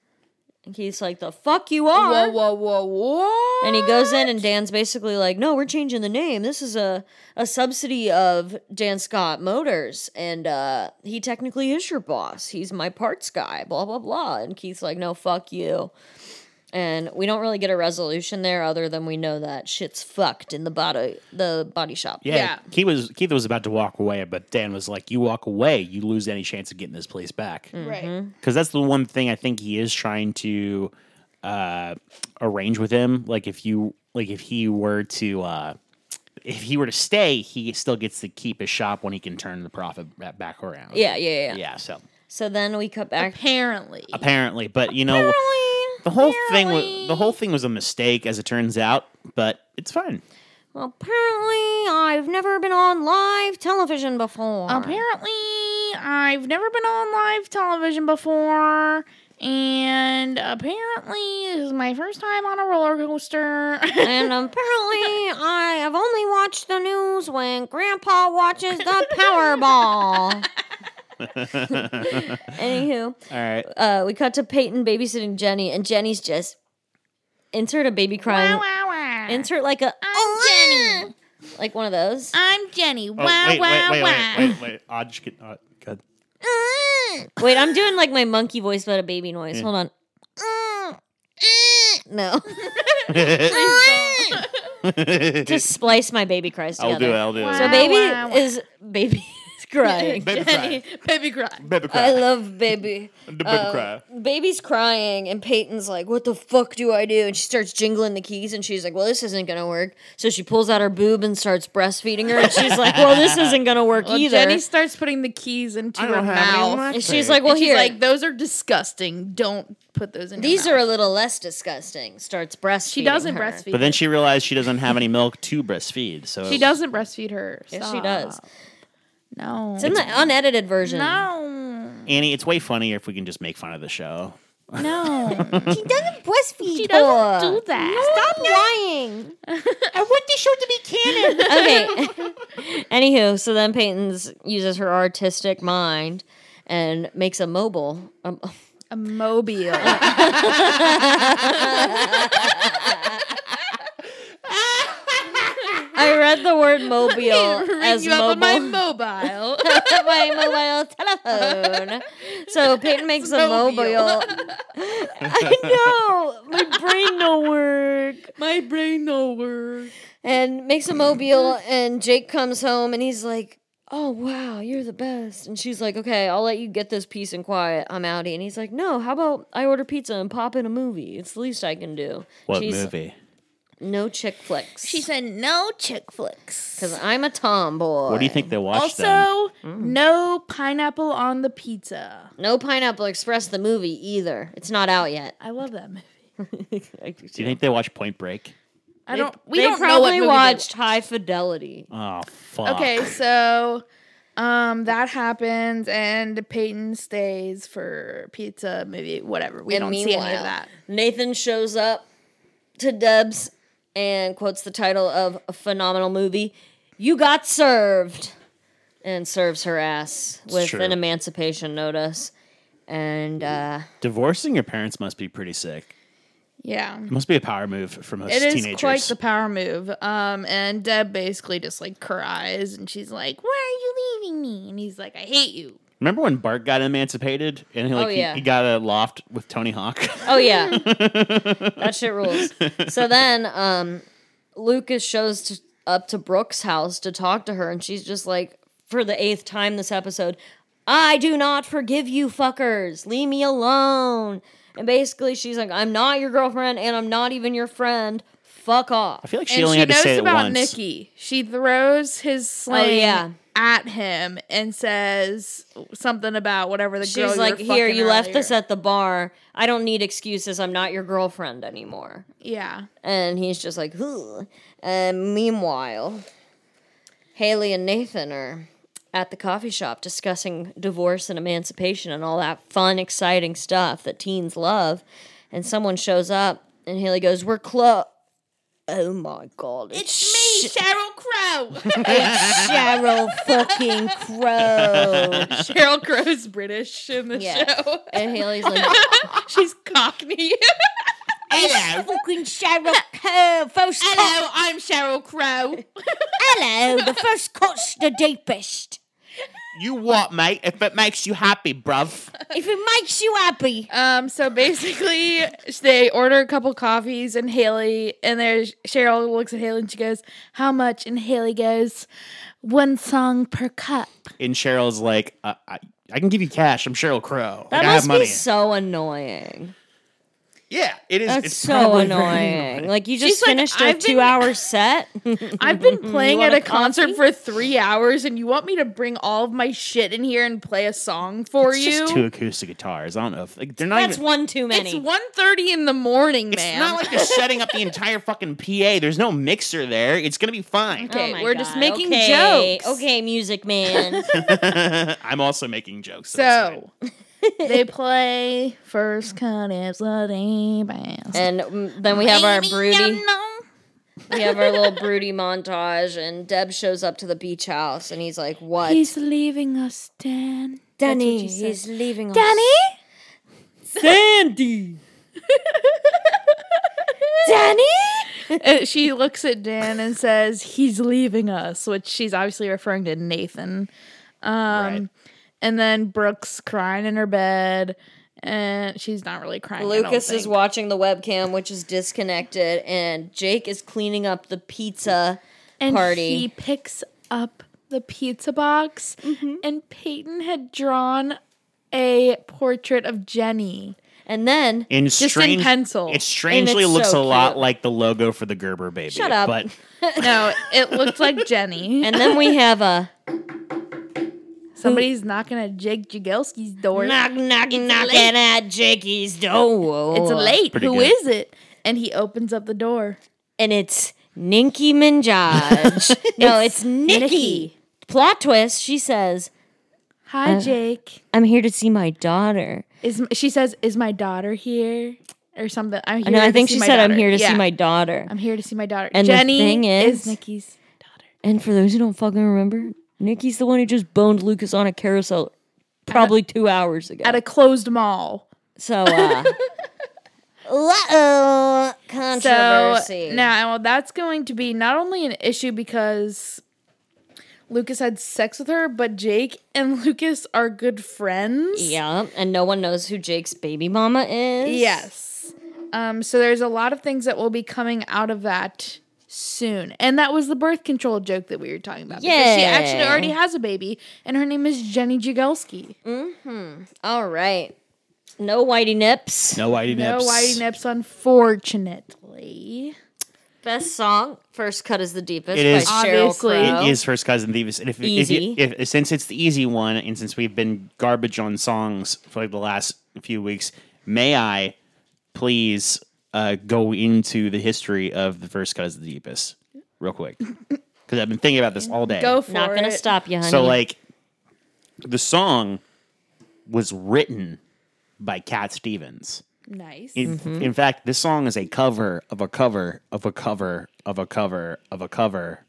[SPEAKER 2] And Keith's like, "The fuck you are."
[SPEAKER 1] Whoa, whoa, whoa, whoa!
[SPEAKER 2] And he goes in, and Dan's basically like, "No, we're changing the name. This is a a subsidy of Dan Scott Motors, and uh, he technically is your boss. He's my parts guy. Blah blah blah." And Keith's like, "No, fuck you." And we don't really get a resolution there, other than we know that shit's fucked in the body the body shop.
[SPEAKER 4] Yeah,
[SPEAKER 1] Yeah.
[SPEAKER 4] Keith was Keith was about to walk away, but Dan was like, "You walk away, you lose any chance of getting this place back."
[SPEAKER 1] right.
[SPEAKER 4] because that's the one thing I think he is trying to uh, arrange with him. Like if you like if he were to uh, if he were to stay, he still gets to keep his shop when he can turn the profit ba- back around.
[SPEAKER 2] yeah, yeah, yeah.
[SPEAKER 4] yeah. So
[SPEAKER 2] So then we cut back.
[SPEAKER 1] Apparently,
[SPEAKER 4] apparently, but you know the whole thing was the whole thing was a mistake, as it turns out. But it's fine.
[SPEAKER 2] Apparently, I've never been on live television before.
[SPEAKER 1] apparently, I've never been on live television before. And apparently, this is my first time on a roller coaster.
[SPEAKER 2] and apparently I have only watched the news when Grandpa watches the Powerball. Anywho,
[SPEAKER 4] All right.
[SPEAKER 2] uh, we cut to Peyton babysitting Jenny, and Jenny's just insert a baby crying,
[SPEAKER 1] wow, wow, wow.
[SPEAKER 2] insert like a oh,
[SPEAKER 1] I'm Jenny.
[SPEAKER 2] like one of those.
[SPEAKER 1] I'm Jenny. Wow,
[SPEAKER 4] Oh, wait,
[SPEAKER 1] wow,
[SPEAKER 4] wait, wait,
[SPEAKER 1] wow.
[SPEAKER 4] wait, wait, wait, I'll just get. Uh, good.
[SPEAKER 2] Wait, I'm doing like my monkey voice, but a baby noise. Hold on. No, to splice my baby cries together.
[SPEAKER 4] I'll do it. I'll do it.
[SPEAKER 2] So
[SPEAKER 1] Wow,
[SPEAKER 2] baby
[SPEAKER 1] wow, wow.
[SPEAKER 2] is baby is crying.
[SPEAKER 4] baby
[SPEAKER 1] Jenny,
[SPEAKER 4] cry.
[SPEAKER 1] baby cry.
[SPEAKER 4] Baby cry.
[SPEAKER 2] I love baby.
[SPEAKER 4] the baby
[SPEAKER 1] uh,
[SPEAKER 4] cry.
[SPEAKER 2] baby's crying and Peyton's like, "What the fuck do I do?" And she starts jingling the keys and she's like, "Well, this isn't gonna work." So she pulls out her boob and starts breastfeeding her, and she's like, "Well, this isn't gonna work
[SPEAKER 1] Well,
[SPEAKER 2] either."
[SPEAKER 1] Jenny starts putting the keys into
[SPEAKER 4] I don't
[SPEAKER 1] her
[SPEAKER 4] have any
[SPEAKER 1] mouth.
[SPEAKER 4] left.
[SPEAKER 2] and she's like, "Well,
[SPEAKER 1] she's
[SPEAKER 2] here,
[SPEAKER 1] like, those are disgusting. Don't put those in.
[SPEAKER 2] these
[SPEAKER 1] your
[SPEAKER 2] are
[SPEAKER 1] mouth.
[SPEAKER 2] a little less disgusting." Starts breastfeeding.
[SPEAKER 1] She doesn't
[SPEAKER 2] her.
[SPEAKER 1] breastfeed.
[SPEAKER 4] But then she realized she doesn't have any milk to breastfeed. So
[SPEAKER 1] She doesn't breastfeed her.
[SPEAKER 2] Yes, she
[SPEAKER 1] Stop.
[SPEAKER 2] does.
[SPEAKER 1] No.
[SPEAKER 2] It's in the unedited version.
[SPEAKER 1] no.
[SPEAKER 4] Annie, it's way funnier if we can just make fun of the show.
[SPEAKER 1] No.
[SPEAKER 2] she doesn't breastfeed.
[SPEAKER 1] she doesn't do that.
[SPEAKER 2] Stop lying. I want the show to be canon. okay. Anywho, so then Peyton's uses her artistic mind and makes a mobile. Um,
[SPEAKER 1] A mobile.
[SPEAKER 2] I read the word mobile
[SPEAKER 1] Ring
[SPEAKER 2] as
[SPEAKER 1] you
[SPEAKER 2] mobile.
[SPEAKER 1] up on my mobile.
[SPEAKER 2] my mobile telephone. So Peyton makes a mobile.
[SPEAKER 1] mobile.
[SPEAKER 2] I know my brain don't work.
[SPEAKER 1] my brain no work.
[SPEAKER 2] and makes a mobile and Jake comes home and he's like, "Oh wow, you're the best." And she's like, "Okay, I'll let you get this peace and quiet. I'm outie." And he's like, "No, how about I order pizza and pop in a movie? It's the least I can do."
[SPEAKER 4] What
[SPEAKER 2] She's-
[SPEAKER 4] movie?
[SPEAKER 2] No chick flicks. She
[SPEAKER 1] said no chick flicks.
[SPEAKER 2] "Cause I'm a tomboy."
[SPEAKER 4] What do you think they watched
[SPEAKER 1] Also,
[SPEAKER 4] then?
[SPEAKER 1] Mm. no pineapple on the pizza.
[SPEAKER 2] No Pineapple Express the movie either. It's not out yet.
[SPEAKER 1] I love that movie.
[SPEAKER 4] Do you think they watched Point Break?
[SPEAKER 1] I don't. We
[SPEAKER 2] they
[SPEAKER 1] don't
[SPEAKER 2] probably
[SPEAKER 1] know what movie they
[SPEAKER 2] watched High Fidelity.
[SPEAKER 4] Oh fuck.
[SPEAKER 1] Okay, so um that happens and Peyton stays for pizza, maybe whatever. We
[SPEAKER 2] And
[SPEAKER 1] don't see any
[SPEAKER 2] meanwhile,
[SPEAKER 1] of that.
[SPEAKER 2] Nathan shows up to Deb's and quotes the title of a phenomenal movie, You Got Served, and serves her ass with
[SPEAKER 4] true.
[SPEAKER 2] an emancipation notice. And uh,
[SPEAKER 4] Divorcing your parents must be pretty sick.
[SPEAKER 1] Yeah.
[SPEAKER 4] It must be a power move from us
[SPEAKER 1] It is
[SPEAKER 4] teenagers.
[SPEAKER 1] quite the power move. Um and Deb basically just like cries and she's like, Why are you leaving me? And he's like, I hate you.
[SPEAKER 4] Remember when Bart got emancipated and he like
[SPEAKER 2] Oh,
[SPEAKER 4] he-
[SPEAKER 2] yeah.
[SPEAKER 4] he, got a loft with Tony Hawk?
[SPEAKER 2] Oh yeah, that shit rules. So then, um, Lucas shows t up to Brooke's house to talk to her, and she's just like, for the eighth time this episode, "I do not forgive you, fuckers. Leave me alone." And basically, she's like, "I'm not your girlfriend, and I'm not even your friend. Fuck
[SPEAKER 4] I
[SPEAKER 2] off."
[SPEAKER 4] feel like she
[SPEAKER 1] and
[SPEAKER 4] only
[SPEAKER 1] she
[SPEAKER 4] had to
[SPEAKER 1] knows
[SPEAKER 4] say it
[SPEAKER 1] about
[SPEAKER 4] once.
[SPEAKER 1] Nikki. She throws his sling
[SPEAKER 2] Oh, yeah.
[SPEAKER 1] at him and says something about whatever the girl.
[SPEAKER 2] She's
[SPEAKER 1] you
[SPEAKER 2] like,
[SPEAKER 1] were
[SPEAKER 2] "Here,
[SPEAKER 1] fucking
[SPEAKER 2] you left
[SPEAKER 1] earlier."
[SPEAKER 2] this at the bar. I don't need excuses. I'm not your girlfriend anymore."
[SPEAKER 1] Yeah,
[SPEAKER 2] And he's just like, Ugh. And meanwhile, Haley and Nathan are at the coffee shop discussing divorce and emancipation and all that fun, exciting stuff that teens love. And someone shows up, and Haley goes, We're close. Oh my god, it's
[SPEAKER 1] me, Cheryl Crow.
[SPEAKER 2] Cheryl fucking Crow.
[SPEAKER 1] Cheryl Crow's British in the
[SPEAKER 2] Yeah.
[SPEAKER 1] show.
[SPEAKER 2] And Haley's like,
[SPEAKER 1] She's Cockney.
[SPEAKER 2] Fucking Cheryl Crow, first cut.
[SPEAKER 1] Hello, I'm Cheryl Crow.
[SPEAKER 2] Hello, the first cut's the deepest.
[SPEAKER 4] You what, mate? If it makes you happy, bruv.
[SPEAKER 2] If it makes you happy.
[SPEAKER 1] Um, so basically, they order a couple coffees, and Haley and there's Cheryl looks at Haley and she goes, "How much?" And Haley goes, "One song per cup."
[SPEAKER 4] And Cheryl's like, uh, I, I can give you cash. I'm Cheryl Crow.
[SPEAKER 2] That
[SPEAKER 4] like, I
[SPEAKER 2] must
[SPEAKER 4] have money.
[SPEAKER 2] be so annoying.
[SPEAKER 4] yeah, it is.
[SPEAKER 2] That's
[SPEAKER 4] it's
[SPEAKER 2] so
[SPEAKER 4] probably very
[SPEAKER 2] annoying. Like you
[SPEAKER 1] She's
[SPEAKER 2] just
[SPEAKER 1] like,
[SPEAKER 2] finished a
[SPEAKER 1] "I've been-
[SPEAKER 2] two-hour set.
[SPEAKER 1] I've been playing
[SPEAKER 2] Mm-hmm. want
[SPEAKER 1] at
[SPEAKER 2] a
[SPEAKER 1] a concert
[SPEAKER 2] coffee?
[SPEAKER 1] for three hours, and you want me to bring all of my shit in here and play a song for
[SPEAKER 4] It's
[SPEAKER 1] you?
[SPEAKER 4] just two acoustic guitars. I don't know. If, like, they're not
[SPEAKER 2] That's
[SPEAKER 4] even.
[SPEAKER 2] one too
[SPEAKER 1] it's
[SPEAKER 2] many.
[SPEAKER 1] one thirty in the morning,
[SPEAKER 4] it's
[SPEAKER 1] man.
[SPEAKER 4] not like they're setting up the entire fucking PA. There's no mixer there. It's gonna be fine.
[SPEAKER 2] Oh
[SPEAKER 1] okay,
[SPEAKER 2] my
[SPEAKER 1] we're just
[SPEAKER 2] God.
[SPEAKER 1] making
[SPEAKER 2] Okay.
[SPEAKER 1] jokes.
[SPEAKER 2] Okay, music man.
[SPEAKER 4] I'm also making jokes. it's fine.
[SPEAKER 1] so they play first cut is the day best.
[SPEAKER 2] and mm, then we have our broody. We have our little broody montage, and Deb shows up to the beach house, and he's like, "What,
[SPEAKER 1] He's leaving us, Dan.
[SPEAKER 2] Danny? He's leaving us,
[SPEAKER 1] Danny?
[SPEAKER 2] Sandy, Danny."
[SPEAKER 1] Uh, she looks at Dan and says, "He's leaving us," which she's obviously referring to Nathan. Um,
[SPEAKER 4] Right.
[SPEAKER 1] And then Brooke's crying in her bed, and she's not really crying. I don't
[SPEAKER 2] Lucas is
[SPEAKER 1] think.
[SPEAKER 2] watching the webcam, which is disconnected, and Jake is cleaning up the pizza
[SPEAKER 1] and
[SPEAKER 2] party.
[SPEAKER 1] He picks up the pizza box, and Peyton had drawn a portrait of Jenny.
[SPEAKER 2] and then
[SPEAKER 4] in
[SPEAKER 1] in
[SPEAKER 4] strange,
[SPEAKER 1] pencil.
[SPEAKER 4] It strangely
[SPEAKER 2] it's
[SPEAKER 4] looks
[SPEAKER 2] so
[SPEAKER 4] a lot
[SPEAKER 2] cute.
[SPEAKER 4] like the logo for the Gerber baby.
[SPEAKER 2] Shut up.
[SPEAKER 4] But
[SPEAKER 1] No, it looked like Jenny.
[SPEAKER 2] and then we have a
[SPEAKER 1] Somebody's knocking at Jake Jagelski's door.
[SPEAKER 2] knock knocking knocking at Jakey's door.
[SPEAKER 1] It's late.
[SPEAKER 4] Oh, Pretty
[SPEAKER 1] Who
[SPEAKER 4] good.
[SPEAKER 1] is it? And he opens up the door.
[SPEAKER 2] and it's Ninky Minaj. no, it's, Nikki.
[SPEAKER 1] Nikki.
[SPEAKER 2] Plot twist. She says,
[SPEAKER 4] Uh,
[SPEAKER 1] Hi, Jake.
[SPEAKER 2] "I'm here to see my daughter."
[SPEAKER 1] Is m- she says is my daughter here or something? I'm here
[SPEAKER 2] And I
[SPEAKER 1] to
[SPEAKER 2] think
[SPEAKER 1] see
[SPEAKER 2] she
[SPEAKER 1] my
[SPEAKER 2] said, "I'm
[SPEAKER 1] daughter."
[SPEAKER 2] here to see
[SPEAKER 1] Yeah.
[SPEAKER 2] my daughter."
[SPEAKER 1] I'm here to see my daughter.
[SPEAKER 2] And the
[SPEAKER 1] Jenny
[SPEAKER 2] thing
[SPEAKER 1] is,
[SPEAKER 2] is-
[SPEAKER 1] Nikki's.
[SPEAKER 2] And for those who don't fucking remember, Nikki's the one who just boned Lucas on a carousel probably two hours ago.
[SPEAKER 1] at a closed mall.
[SPEAKER 2] so, uh, uh-oh,
[SPEAKER 1] So
[SPEAKER 2] controversy.
[SPEAKER 1] now that's going to be not only an issue because Lucas had sex with her, but Jake and Lucas are good friends.
[SPEAKER 2] Yeah, and no one knows who Jake's baby mama is.
[SPEAKER 1] Yes. Um, so there's a lot of things that will be coming out of that soon. And that was the birth control joke that we were talking about. Because she actually
[SPEAKER 2] Yay.
[SPEAKER 1] already has a baby, and her name is Jenny Jagelski.
[SPEAKER 2] All right. No whitey nips.
[SPEAKER 4] no whitey
[SPEAKER 1] No
[SPEAKER 4] nips.
[SPEAKER 1] whitey nips, unfortunately.
[SPEAKER 2] Best song. First cut is the deepest.
[SPEAKER 4] It
[SPEAKER 2] by
[SPEAKER 4] is.
[SPEAKER 2] Sheryl
[SPEAKER 1] Obviously.
[SPEAKER 2] Crow.
[SPEAKER 4] It is first cousin Thieves. And if, if,
[SPEAKER 2] Easy.
[SPEAKER 4] you, if since it's the easy one, and since we've been garbage on songs for like the last few weeks, may I please uh, go into the history of the first cousin the deepest real quick? Because I've been thinking about this all day.
[SPEAKER 1] Go for
[SPEAKER 2] Not
[SPEAKER 1] it.
[SPEAKER 2] gonna stop you, honey.
[SPEAKER 4] So like the song was written by Cat Stevens.
[SPEAKER 1] Nice.
[SPEAKER 4] In, in fact, this song is a cover of a cover of a cover of a cover of a cover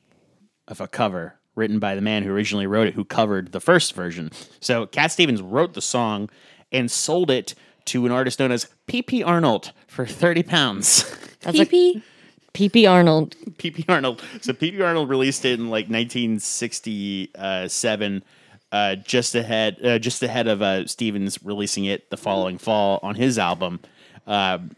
[SPEAKER 4] of a cover written by the man who originally wrote it, who covered the first version. So Cat Stevens wrote the song and sold it to an artist known as P.P. Arnold for 30 pounds.
[SPEAKER 2] That's like- PP Arnold.
[SPEAKER 4] P.P. Arnold. So P.P. Arnold released it in like 1967. uh, just ahead uh, just ahead of uh, Stevens releasing it the following fall on his album. Um,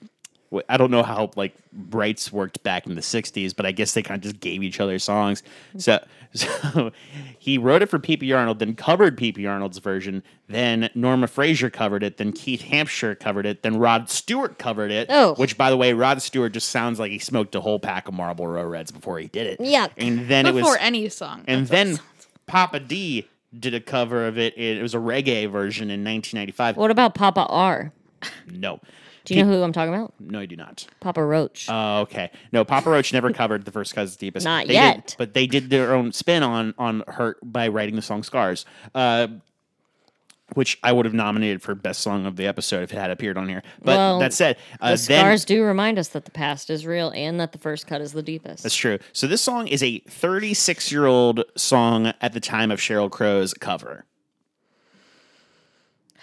[SPEAKER 4] wh- I don't know how like rights worked back in the '60s, but I guess they kind of just gave each other songs. So, so he wrote it for P.P. Arnold, then covered P.P. Arnold's version. Then Norma Frazier covered it. Then Keith Hampshire covered it. Then Rod Stewart covered it.
[SPEAKER 2] Oh.
[SPEAKER 4] which by the way, Rod Stewart just sounds like he smoked a whole pack of Marlboro Reds before he did it.
[SPEAKER 2] Yuck.
[SPEAKER 4] And then it
[SPEAKER 1] before
[SPEAKER 4] was
[SPEAKER 1] any song.
[SPEAKER 4] and
[SPEAKER 1] That's what it
[SPEAKER 4] then
[SPEAKER 1] sounds-
[SPEAKER 4] Papa D did a cover of it. It was a reggae version in 1995.
[SPEAKER 2] What about Papa R?
[SPEAKER 4] No,
[SPEAKER 2] Do you know who I'm talking about?
[SPEAKER 4] no, I do not.
[SPEAKER 2] Papa Roach.
[SPEAKER 4] Oh, okay. No, Papa Roach never covered the first Cousins Deepest.
[SPEAKER 2] Not
[SPEAKER 4] They did-
[SPEAKER 2] yet.
[SPEAKER 4] but they did their own spin on on Hurt by writing the song Scars. Uh, which I would have nominated for best song of the episode if it had appeared on here. But
[SPEAKER 2] Well,
[SPEAKER 4] that said, uh,
[SPEAKER 2] the
[SPEAKER 4] then,
[SPEAKER 2] scars do remind us that the past is real and that the first cut is the deepest.
[SPEAKER 4] That's true. So this song is a 36 year old song at the time of Cheryl Crow's cover.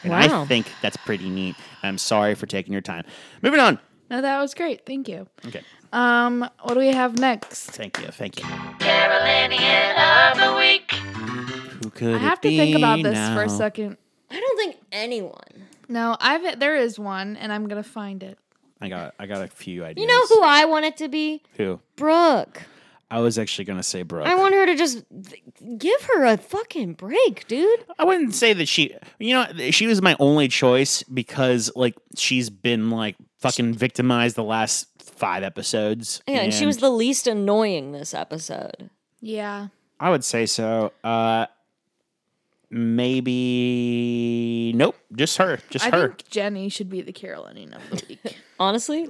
[SPEAKER 4] And I
[SPEAKER 2] Wow.
[SPEAKER 4] think that's pretty neat. I'm sorry for taking your time. Moving on.
[SPEAKER 1] no, that was great. Thank you.
[SPEAKER 4] Okay.
[SPEAKER 1] Um, what do we have next?
[SPEAKER 4] Thank you. Thank you. Who could
[SPEAKER 1] I have
[SPEAKER 4] it
[SPEAKER 1] to think
[SPEAKER 4] be
[SPEAKER 1] about this for a
[SPEAKER 4] now?
[SPEAKER 1] second.
[SPEAKER 2] I don't think anyone.
[SPEAKER 1] No, I've there is one, and I'm gonna find it.
[SPEAKER 4] I got I got a few ideas.
[SPEAKER 2] You know who I want it to be?
[SPEAKER 4] Who?
[SPEAKER 2] Brooke.
[SPEAKER 4] I was actually gonna say Brooke.
[SPEAKER 2] I want her to just give her a fucking break, dude.
[SPEAKER 4] I wouldn't say that she, you know, th- she was my only choice because like she's been like fucking victimized the last five episodes.
[SPEAKER 2] Yeah, and she was the least annoying this episode.
[SPEAKER 1] Yeah.
[SPEAKER 4] I would say so. Uh, maybe nope, just her, just
[SPEAKER 1] I
[SPEAKER 4] her.
[SPEAKER 1] think Jenny should be the Carolinian of the week.
[SPEAKER 2] Honestly,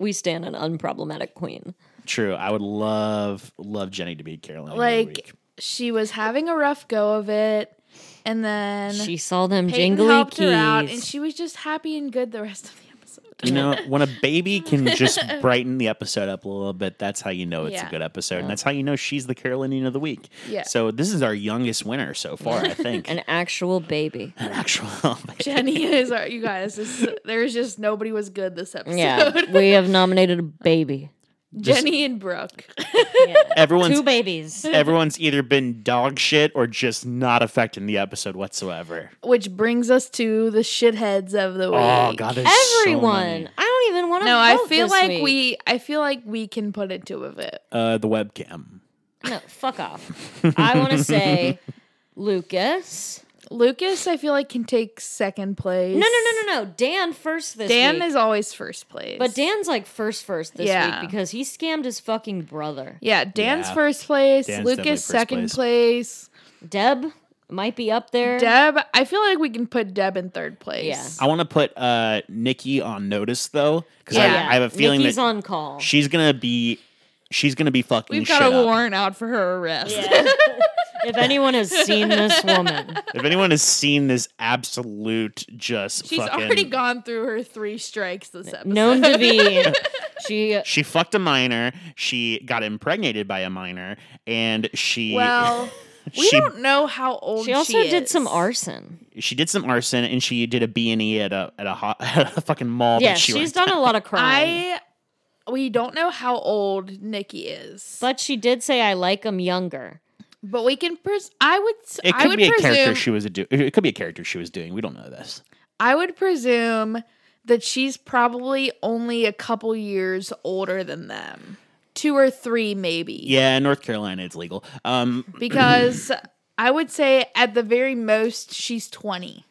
[SPEAKER 2] we stand an unproblematic queen.
[SPEAKER 4] True. I would love love Jenny to be Carolyn.
[SPEAKER 1] like she was having a rough go of it, and then
[SPEAKER 2] She saw them
[SPEAKER 1] Peyton
[SPEAKER 2] jingly
[SPEAKER 1] helped
[SPEAKER 2] keys.
[SPEAKER 1] her out, and she was just happy and good the rest of the episode.
[SPEAKER 4] you know, when a baby can just brighten the episode up a little bit, that's how you know it's a
[SPEAKER 1] Yeah.
[SPEAKER 4] good episode, and that's how you know she's the Carolinian of the week.
[SPEAKER 1] Yeah.
[SPEAKER 4] So this is our youngest winner so far, I think.
[SPEAKER 2] an actual baby.
[SPEAKER 4] An actual.
[SPEAKER 1] Jenny is our, you guys. This, there's just nobody was good this episode.
[SPEAKER 2] Yeah, we have nominated a baby.
[SPEAKER 1] Jenny and Brooke.
[SPEAKER 4] Everyone's
[SPEAKER 2] babies.
[SPEAKER 4] everyone's either been dog shit or just not affecting the episode whatsoever.
[SPEAKER 1] Which brings us to the shitheads of the week.
[SPEAKER 4] Oh god, there's so
[SPEAKER 2] Everyone.
[SPEAKER 4] many.
[SPEAKER 2] I don't even want to.
[SPEAKER 1] No, I feel like we I feel like we can put it to a vote.
[SPEAKER 4] uh, the webcam.
[SPEAKER 2] No, fuck off. I want to say Lucas.
[SPEAKER 1] Lucas, I feel like can take second place.
[SPEAKER 2] No, no, no, no, no. Dan first this
[SPEAKER 1] Dan
[SPEAKER 2] week.
[SPEAKER 1] is always first place.
[SPEAKER 2] But Dan's like first, first this
[SPEAKER 1] Yeah.
[SPEAKER 2] week because he scammed his fucking brother.
[SPEAKER 1] Yeah, Dan's
[SPEAKER 4] Yeah.
[SPEAKER 1] first place,
[SPEAKER 4] Dan's definitely
[SPEAKER 1] Lucas
[SPEAKER 4] first
[SPEAKER 1] second place.
[SPEAKER 2] Deb might be up there.
[SPEAKER 1] Deb, I feel like we can put Deb in third place.
[SPEAKER 2] Yeah.
[SPEAKER 4] I want to put uh, Nikki on notice though, because
[SPEAKER 1] Yeah.
[SPEAKER 4] I, I have a feeling
[SPEAKER 2] Nikki's
[SPEAKER 4] that
[SPEAKER 2] on call.
[SPEAKER 4] she's gonna be she's gonna be fucking.
[SPEAKER 1] We've got
[SPEAKER 4] shit
[SPEAKER 1] a
[SPEAKER 4] up.
[SPEAKER 1] warrant out for her arrest.
[SPEAKER 2] if anyone has seen this woman,
[SPEAKER 4] If anyone has seen this absolute, just
[SPEAKER 1] She's
[SPEAKER 4] fucking,
[SPEAKER 1] already gone through her three strikes this episode.
[SPEAKER 2] known to be, she
[SPEAKER 4] She fucked a minor. She got impregnated by a minor, and she
[SPEAKER 1] Well, we
[SPEAKER 4] She-
[SPEAKER 1] don't know how old
[SPEAKER 2] she also did
[SPEAKER 1] is.
[SPEAKER 2] some arson.
[SPEAKER 4] she did some arson and she did a B and E at a at a, ho- at a fucking mall.
[SPEAKER 2] Yeah,
[SPEAKER 4] that she
[SPEAKER 2] she's
[SPEAKER 4] went-
[SPEAKER 2] done a lot of crime.
[SPEAKER 1] I we don't know how old Nikki is,
[SPEAKER 2] but she did say, "I like him younger."
[SPEAKER 1] but we can. Pres- I would. s-
[SPEAKER 4] It
[SPEAKER 1] I
[SPEAKER 4] could
[SPEAKER 1] would
[SPEAKER 4] be a
[SPEAKER 1] presume.
[SPEAKER 4] character she was a do- It could be a character she was doing. We don't know this.
[SPEAKER 1] I would presume that she's probably only a couple years older than them, two or three maybe.
[SPEAKER 4] Yeah, in North Carolina, it's legal. Um,
[SPEAKER 1] because I would say at the very most she's twenty.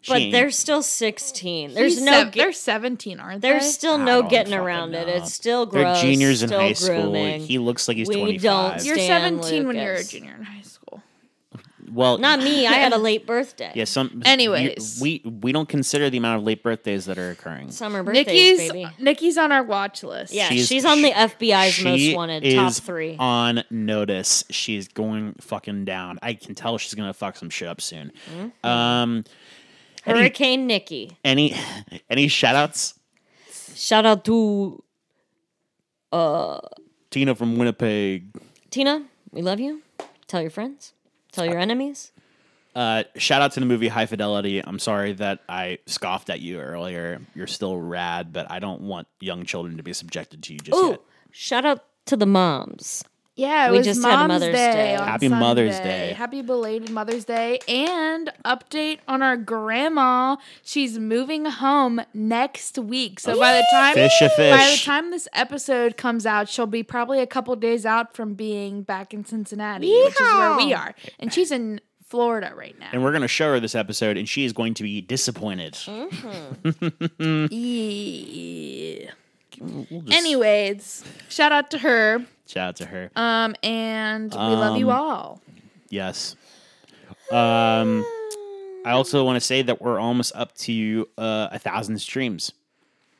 [SPEAKER 4] she
[SPEAKER 2] But
[SPEAKER 4] ain't-
[SPEAKER 2] they're still sixteen. There's
[SPEAKER 1] She's
[SPEAKER 2] no.
[SPEAKER 1] sev-
[SPEAKER 2] Ge-
[SPEAKER 1] they're seventeen, aren't they?
[SPEAKER 2] there's still
[SPEAKER 4] I
[SPEAKER 2] no
[SPEAKER 4] don't
[SPEAKER 2] getting
[SPEAKER 4] fucking
[SPEAKER 2] around it.
[SPEAKER 4] know.
[SPEAKER 2] It's still
[SPEAKER 4] they're
[SPEAKER 2] gross.
[SPEAKER 4] juniors in
[SPEAKER 2] still
[SPEAKER 4] high school.
[SPEAKER 2] grooming.
[SPEAKER 4] He looks like he's
[SPEAKER 2] We
[SPEAKER 4] twenty
[SPEAKER 2] don't
[SPEAKER 4] five.
[SPEAKER 1] you're
[SPEAKER 2] Stan
[SPEAKER 1] seventeen when you're a
[SPEAKER 2] Lucas.
[SPEAKER 1] junior in high school.
[SPEAKER 4] Well,
[SPEAKER 2] Not me. I had a late birthday.
[SPEAKER 4] Yeah, some.
[SPEAKER 1] Anyways.
[SPEAKER 4] you- we we don't consider the amount of late birthdays that are occurring.
[SPEAKER 2] Summer birthdays,
[SPEAKER 1] Nikki's
[SPEAKER 2] baby.
[SPEAKER 1] Nikki's on our watch list.
[SPEAKER 2] Yeah,
[SPEAKER 4] She's-
[SPEAKER 2] she's, on the
[SPEAKER 4] she-
[SPEAKER 2] FBI's
[SPEAKER 4] She
[SPEAKER 2] most wanted
[SPEAKER 4] is
[SPEAKER 2] top three.
[SPEAKER 4] on notice. She's going fucking down. I can tell she's gonna fuck some shit up soon. Um,
[SPEAKER 2] Mm-hmm. Hurricane Nikki.
[SPEAKER 4] any any shout outs?
[SPEAKER 2] Shout out to
[SPEAKER 4] Tina from Winnipeg.
[SPEAKER 2] Tina. We love you. Tell your friends. Tell your enemies.
[SPEAKER 4] Uh, shout out to the movie High Fidelity. I'm sorry that I scoffed at you earlier. You're still rad, but I don't want young children to be subjected to you just
[SPEAKER 2] Ooh,
[SPEAKER 4] yet.
[SPEAKER 2] shout out to the moms.
[SPEAKER 1] Yeah, it
[SPEAKER 2] We
[SPEAKER 1] was
[SPEAKER 2] just had
[SPEAKER 1] Mom's
[SPEAKER 2] Mother's
[SPEAKER 1] Day.
[SPEAKER 2] Day.
[SPEAKER 1] on
[SPEAKER 4] Happy Mother's
[SPEAKER 1] Sunday.
[SPEAKER 4] Day.
[SPEAKER 1] Happy belated Mother's Day. And update on our grandma. She's moving home next week. So by the time
[SPEAKER 4] Fish a
[SPEAKER 1] by the
[SPEAKER 4] fish.
[SPEAKER 1] time this episode comes out, she'll be probably a couple days out from being back in Cincinnati, which is where we are. And she's in Florida right now.
[SPEAKER 4] And we're going to show her this episode, and she is going to be disappointed.
[SPEAKER 1] Mm? Yeah.
[SPEAKER 4] We'll just
[SPEAKER 1] Anyways, shout out to her.
[SPEAKER 4] shout out to her.
[SPEAKER 1] Um, and we love
[SPEAKER 4] Um,
[SPEAKER 1] you all.
[SPEAKER 4] Yes. Um, I also want to say that we're almost up to uh, a thousand streams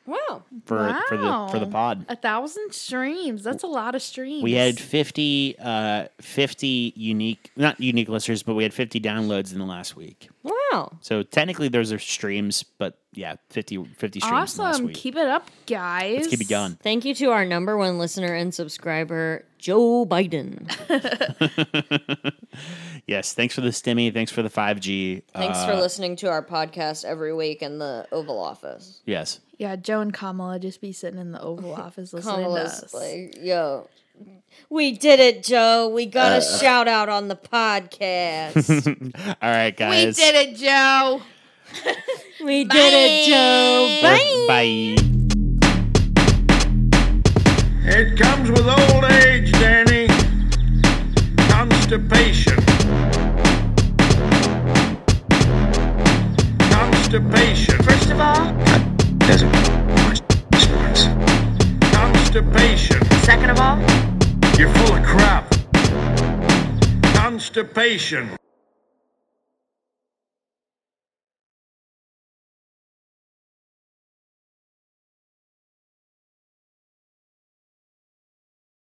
[SPEAKER 2] Wow.
[SPEAKER 4] for for the for the
[SPEAKER 1] Wow.
[SPEAKER 4] pod.
[SPEAKER 1] A thousand streams. That's a lot of streams.
[SPEAKER 4] We had 50, uh, 50 unique, not unique listeners, but we had 50 downloads in the last week.
[SPEAKER 2] Wow.
[SPEAKER 4] So technically those are streams, but yeah, 50, 50 streams last
[SPEAKER 1] awesome.
[SPEAKER 4] week.
[SPEAKER 1] Keep it up, guys.
[SPEAKER 4] Let's keep it going.
[SPEAKER 2] Thank you to our number one listener and subscriber, Joe Biden.
[SPEAKER 4] Yes. Thanks for the stimmy. Thanks for the 5G.
[SPEAKER 2] Thanks
[SPEAKER 4] uh,
[SPEAKER 2] for listening to our podcast every week in the Oval Office.
[SPEAKER 4] Yes.
[SPEAKER 1] Yeah, Joe and Kamala just be sitting in the Oval Office listening to
[SPEAKER 2] Kamala's
[SPEAKER 1] us.
[SPEAKER 2] like, yo, we did it, Joe. We got a shout out on the podcast.
[SPEAKER 4] All right, guys.
[SPEAKER 1] we did it, Joe.
[SPEAKER 2] we did it, Joe.
[SPEAKER 4] Bye. Bye.
[SPEAKER 5] It comes with old age, Danny. Constipation. Constipation.
[SPEAKER 6] First of all, that doesn't much sense.
[SPEAKER 5] Constipation.
[SPEAKER 6] Second of all,
[SPEAKER 5] You're full of crap. Constipation.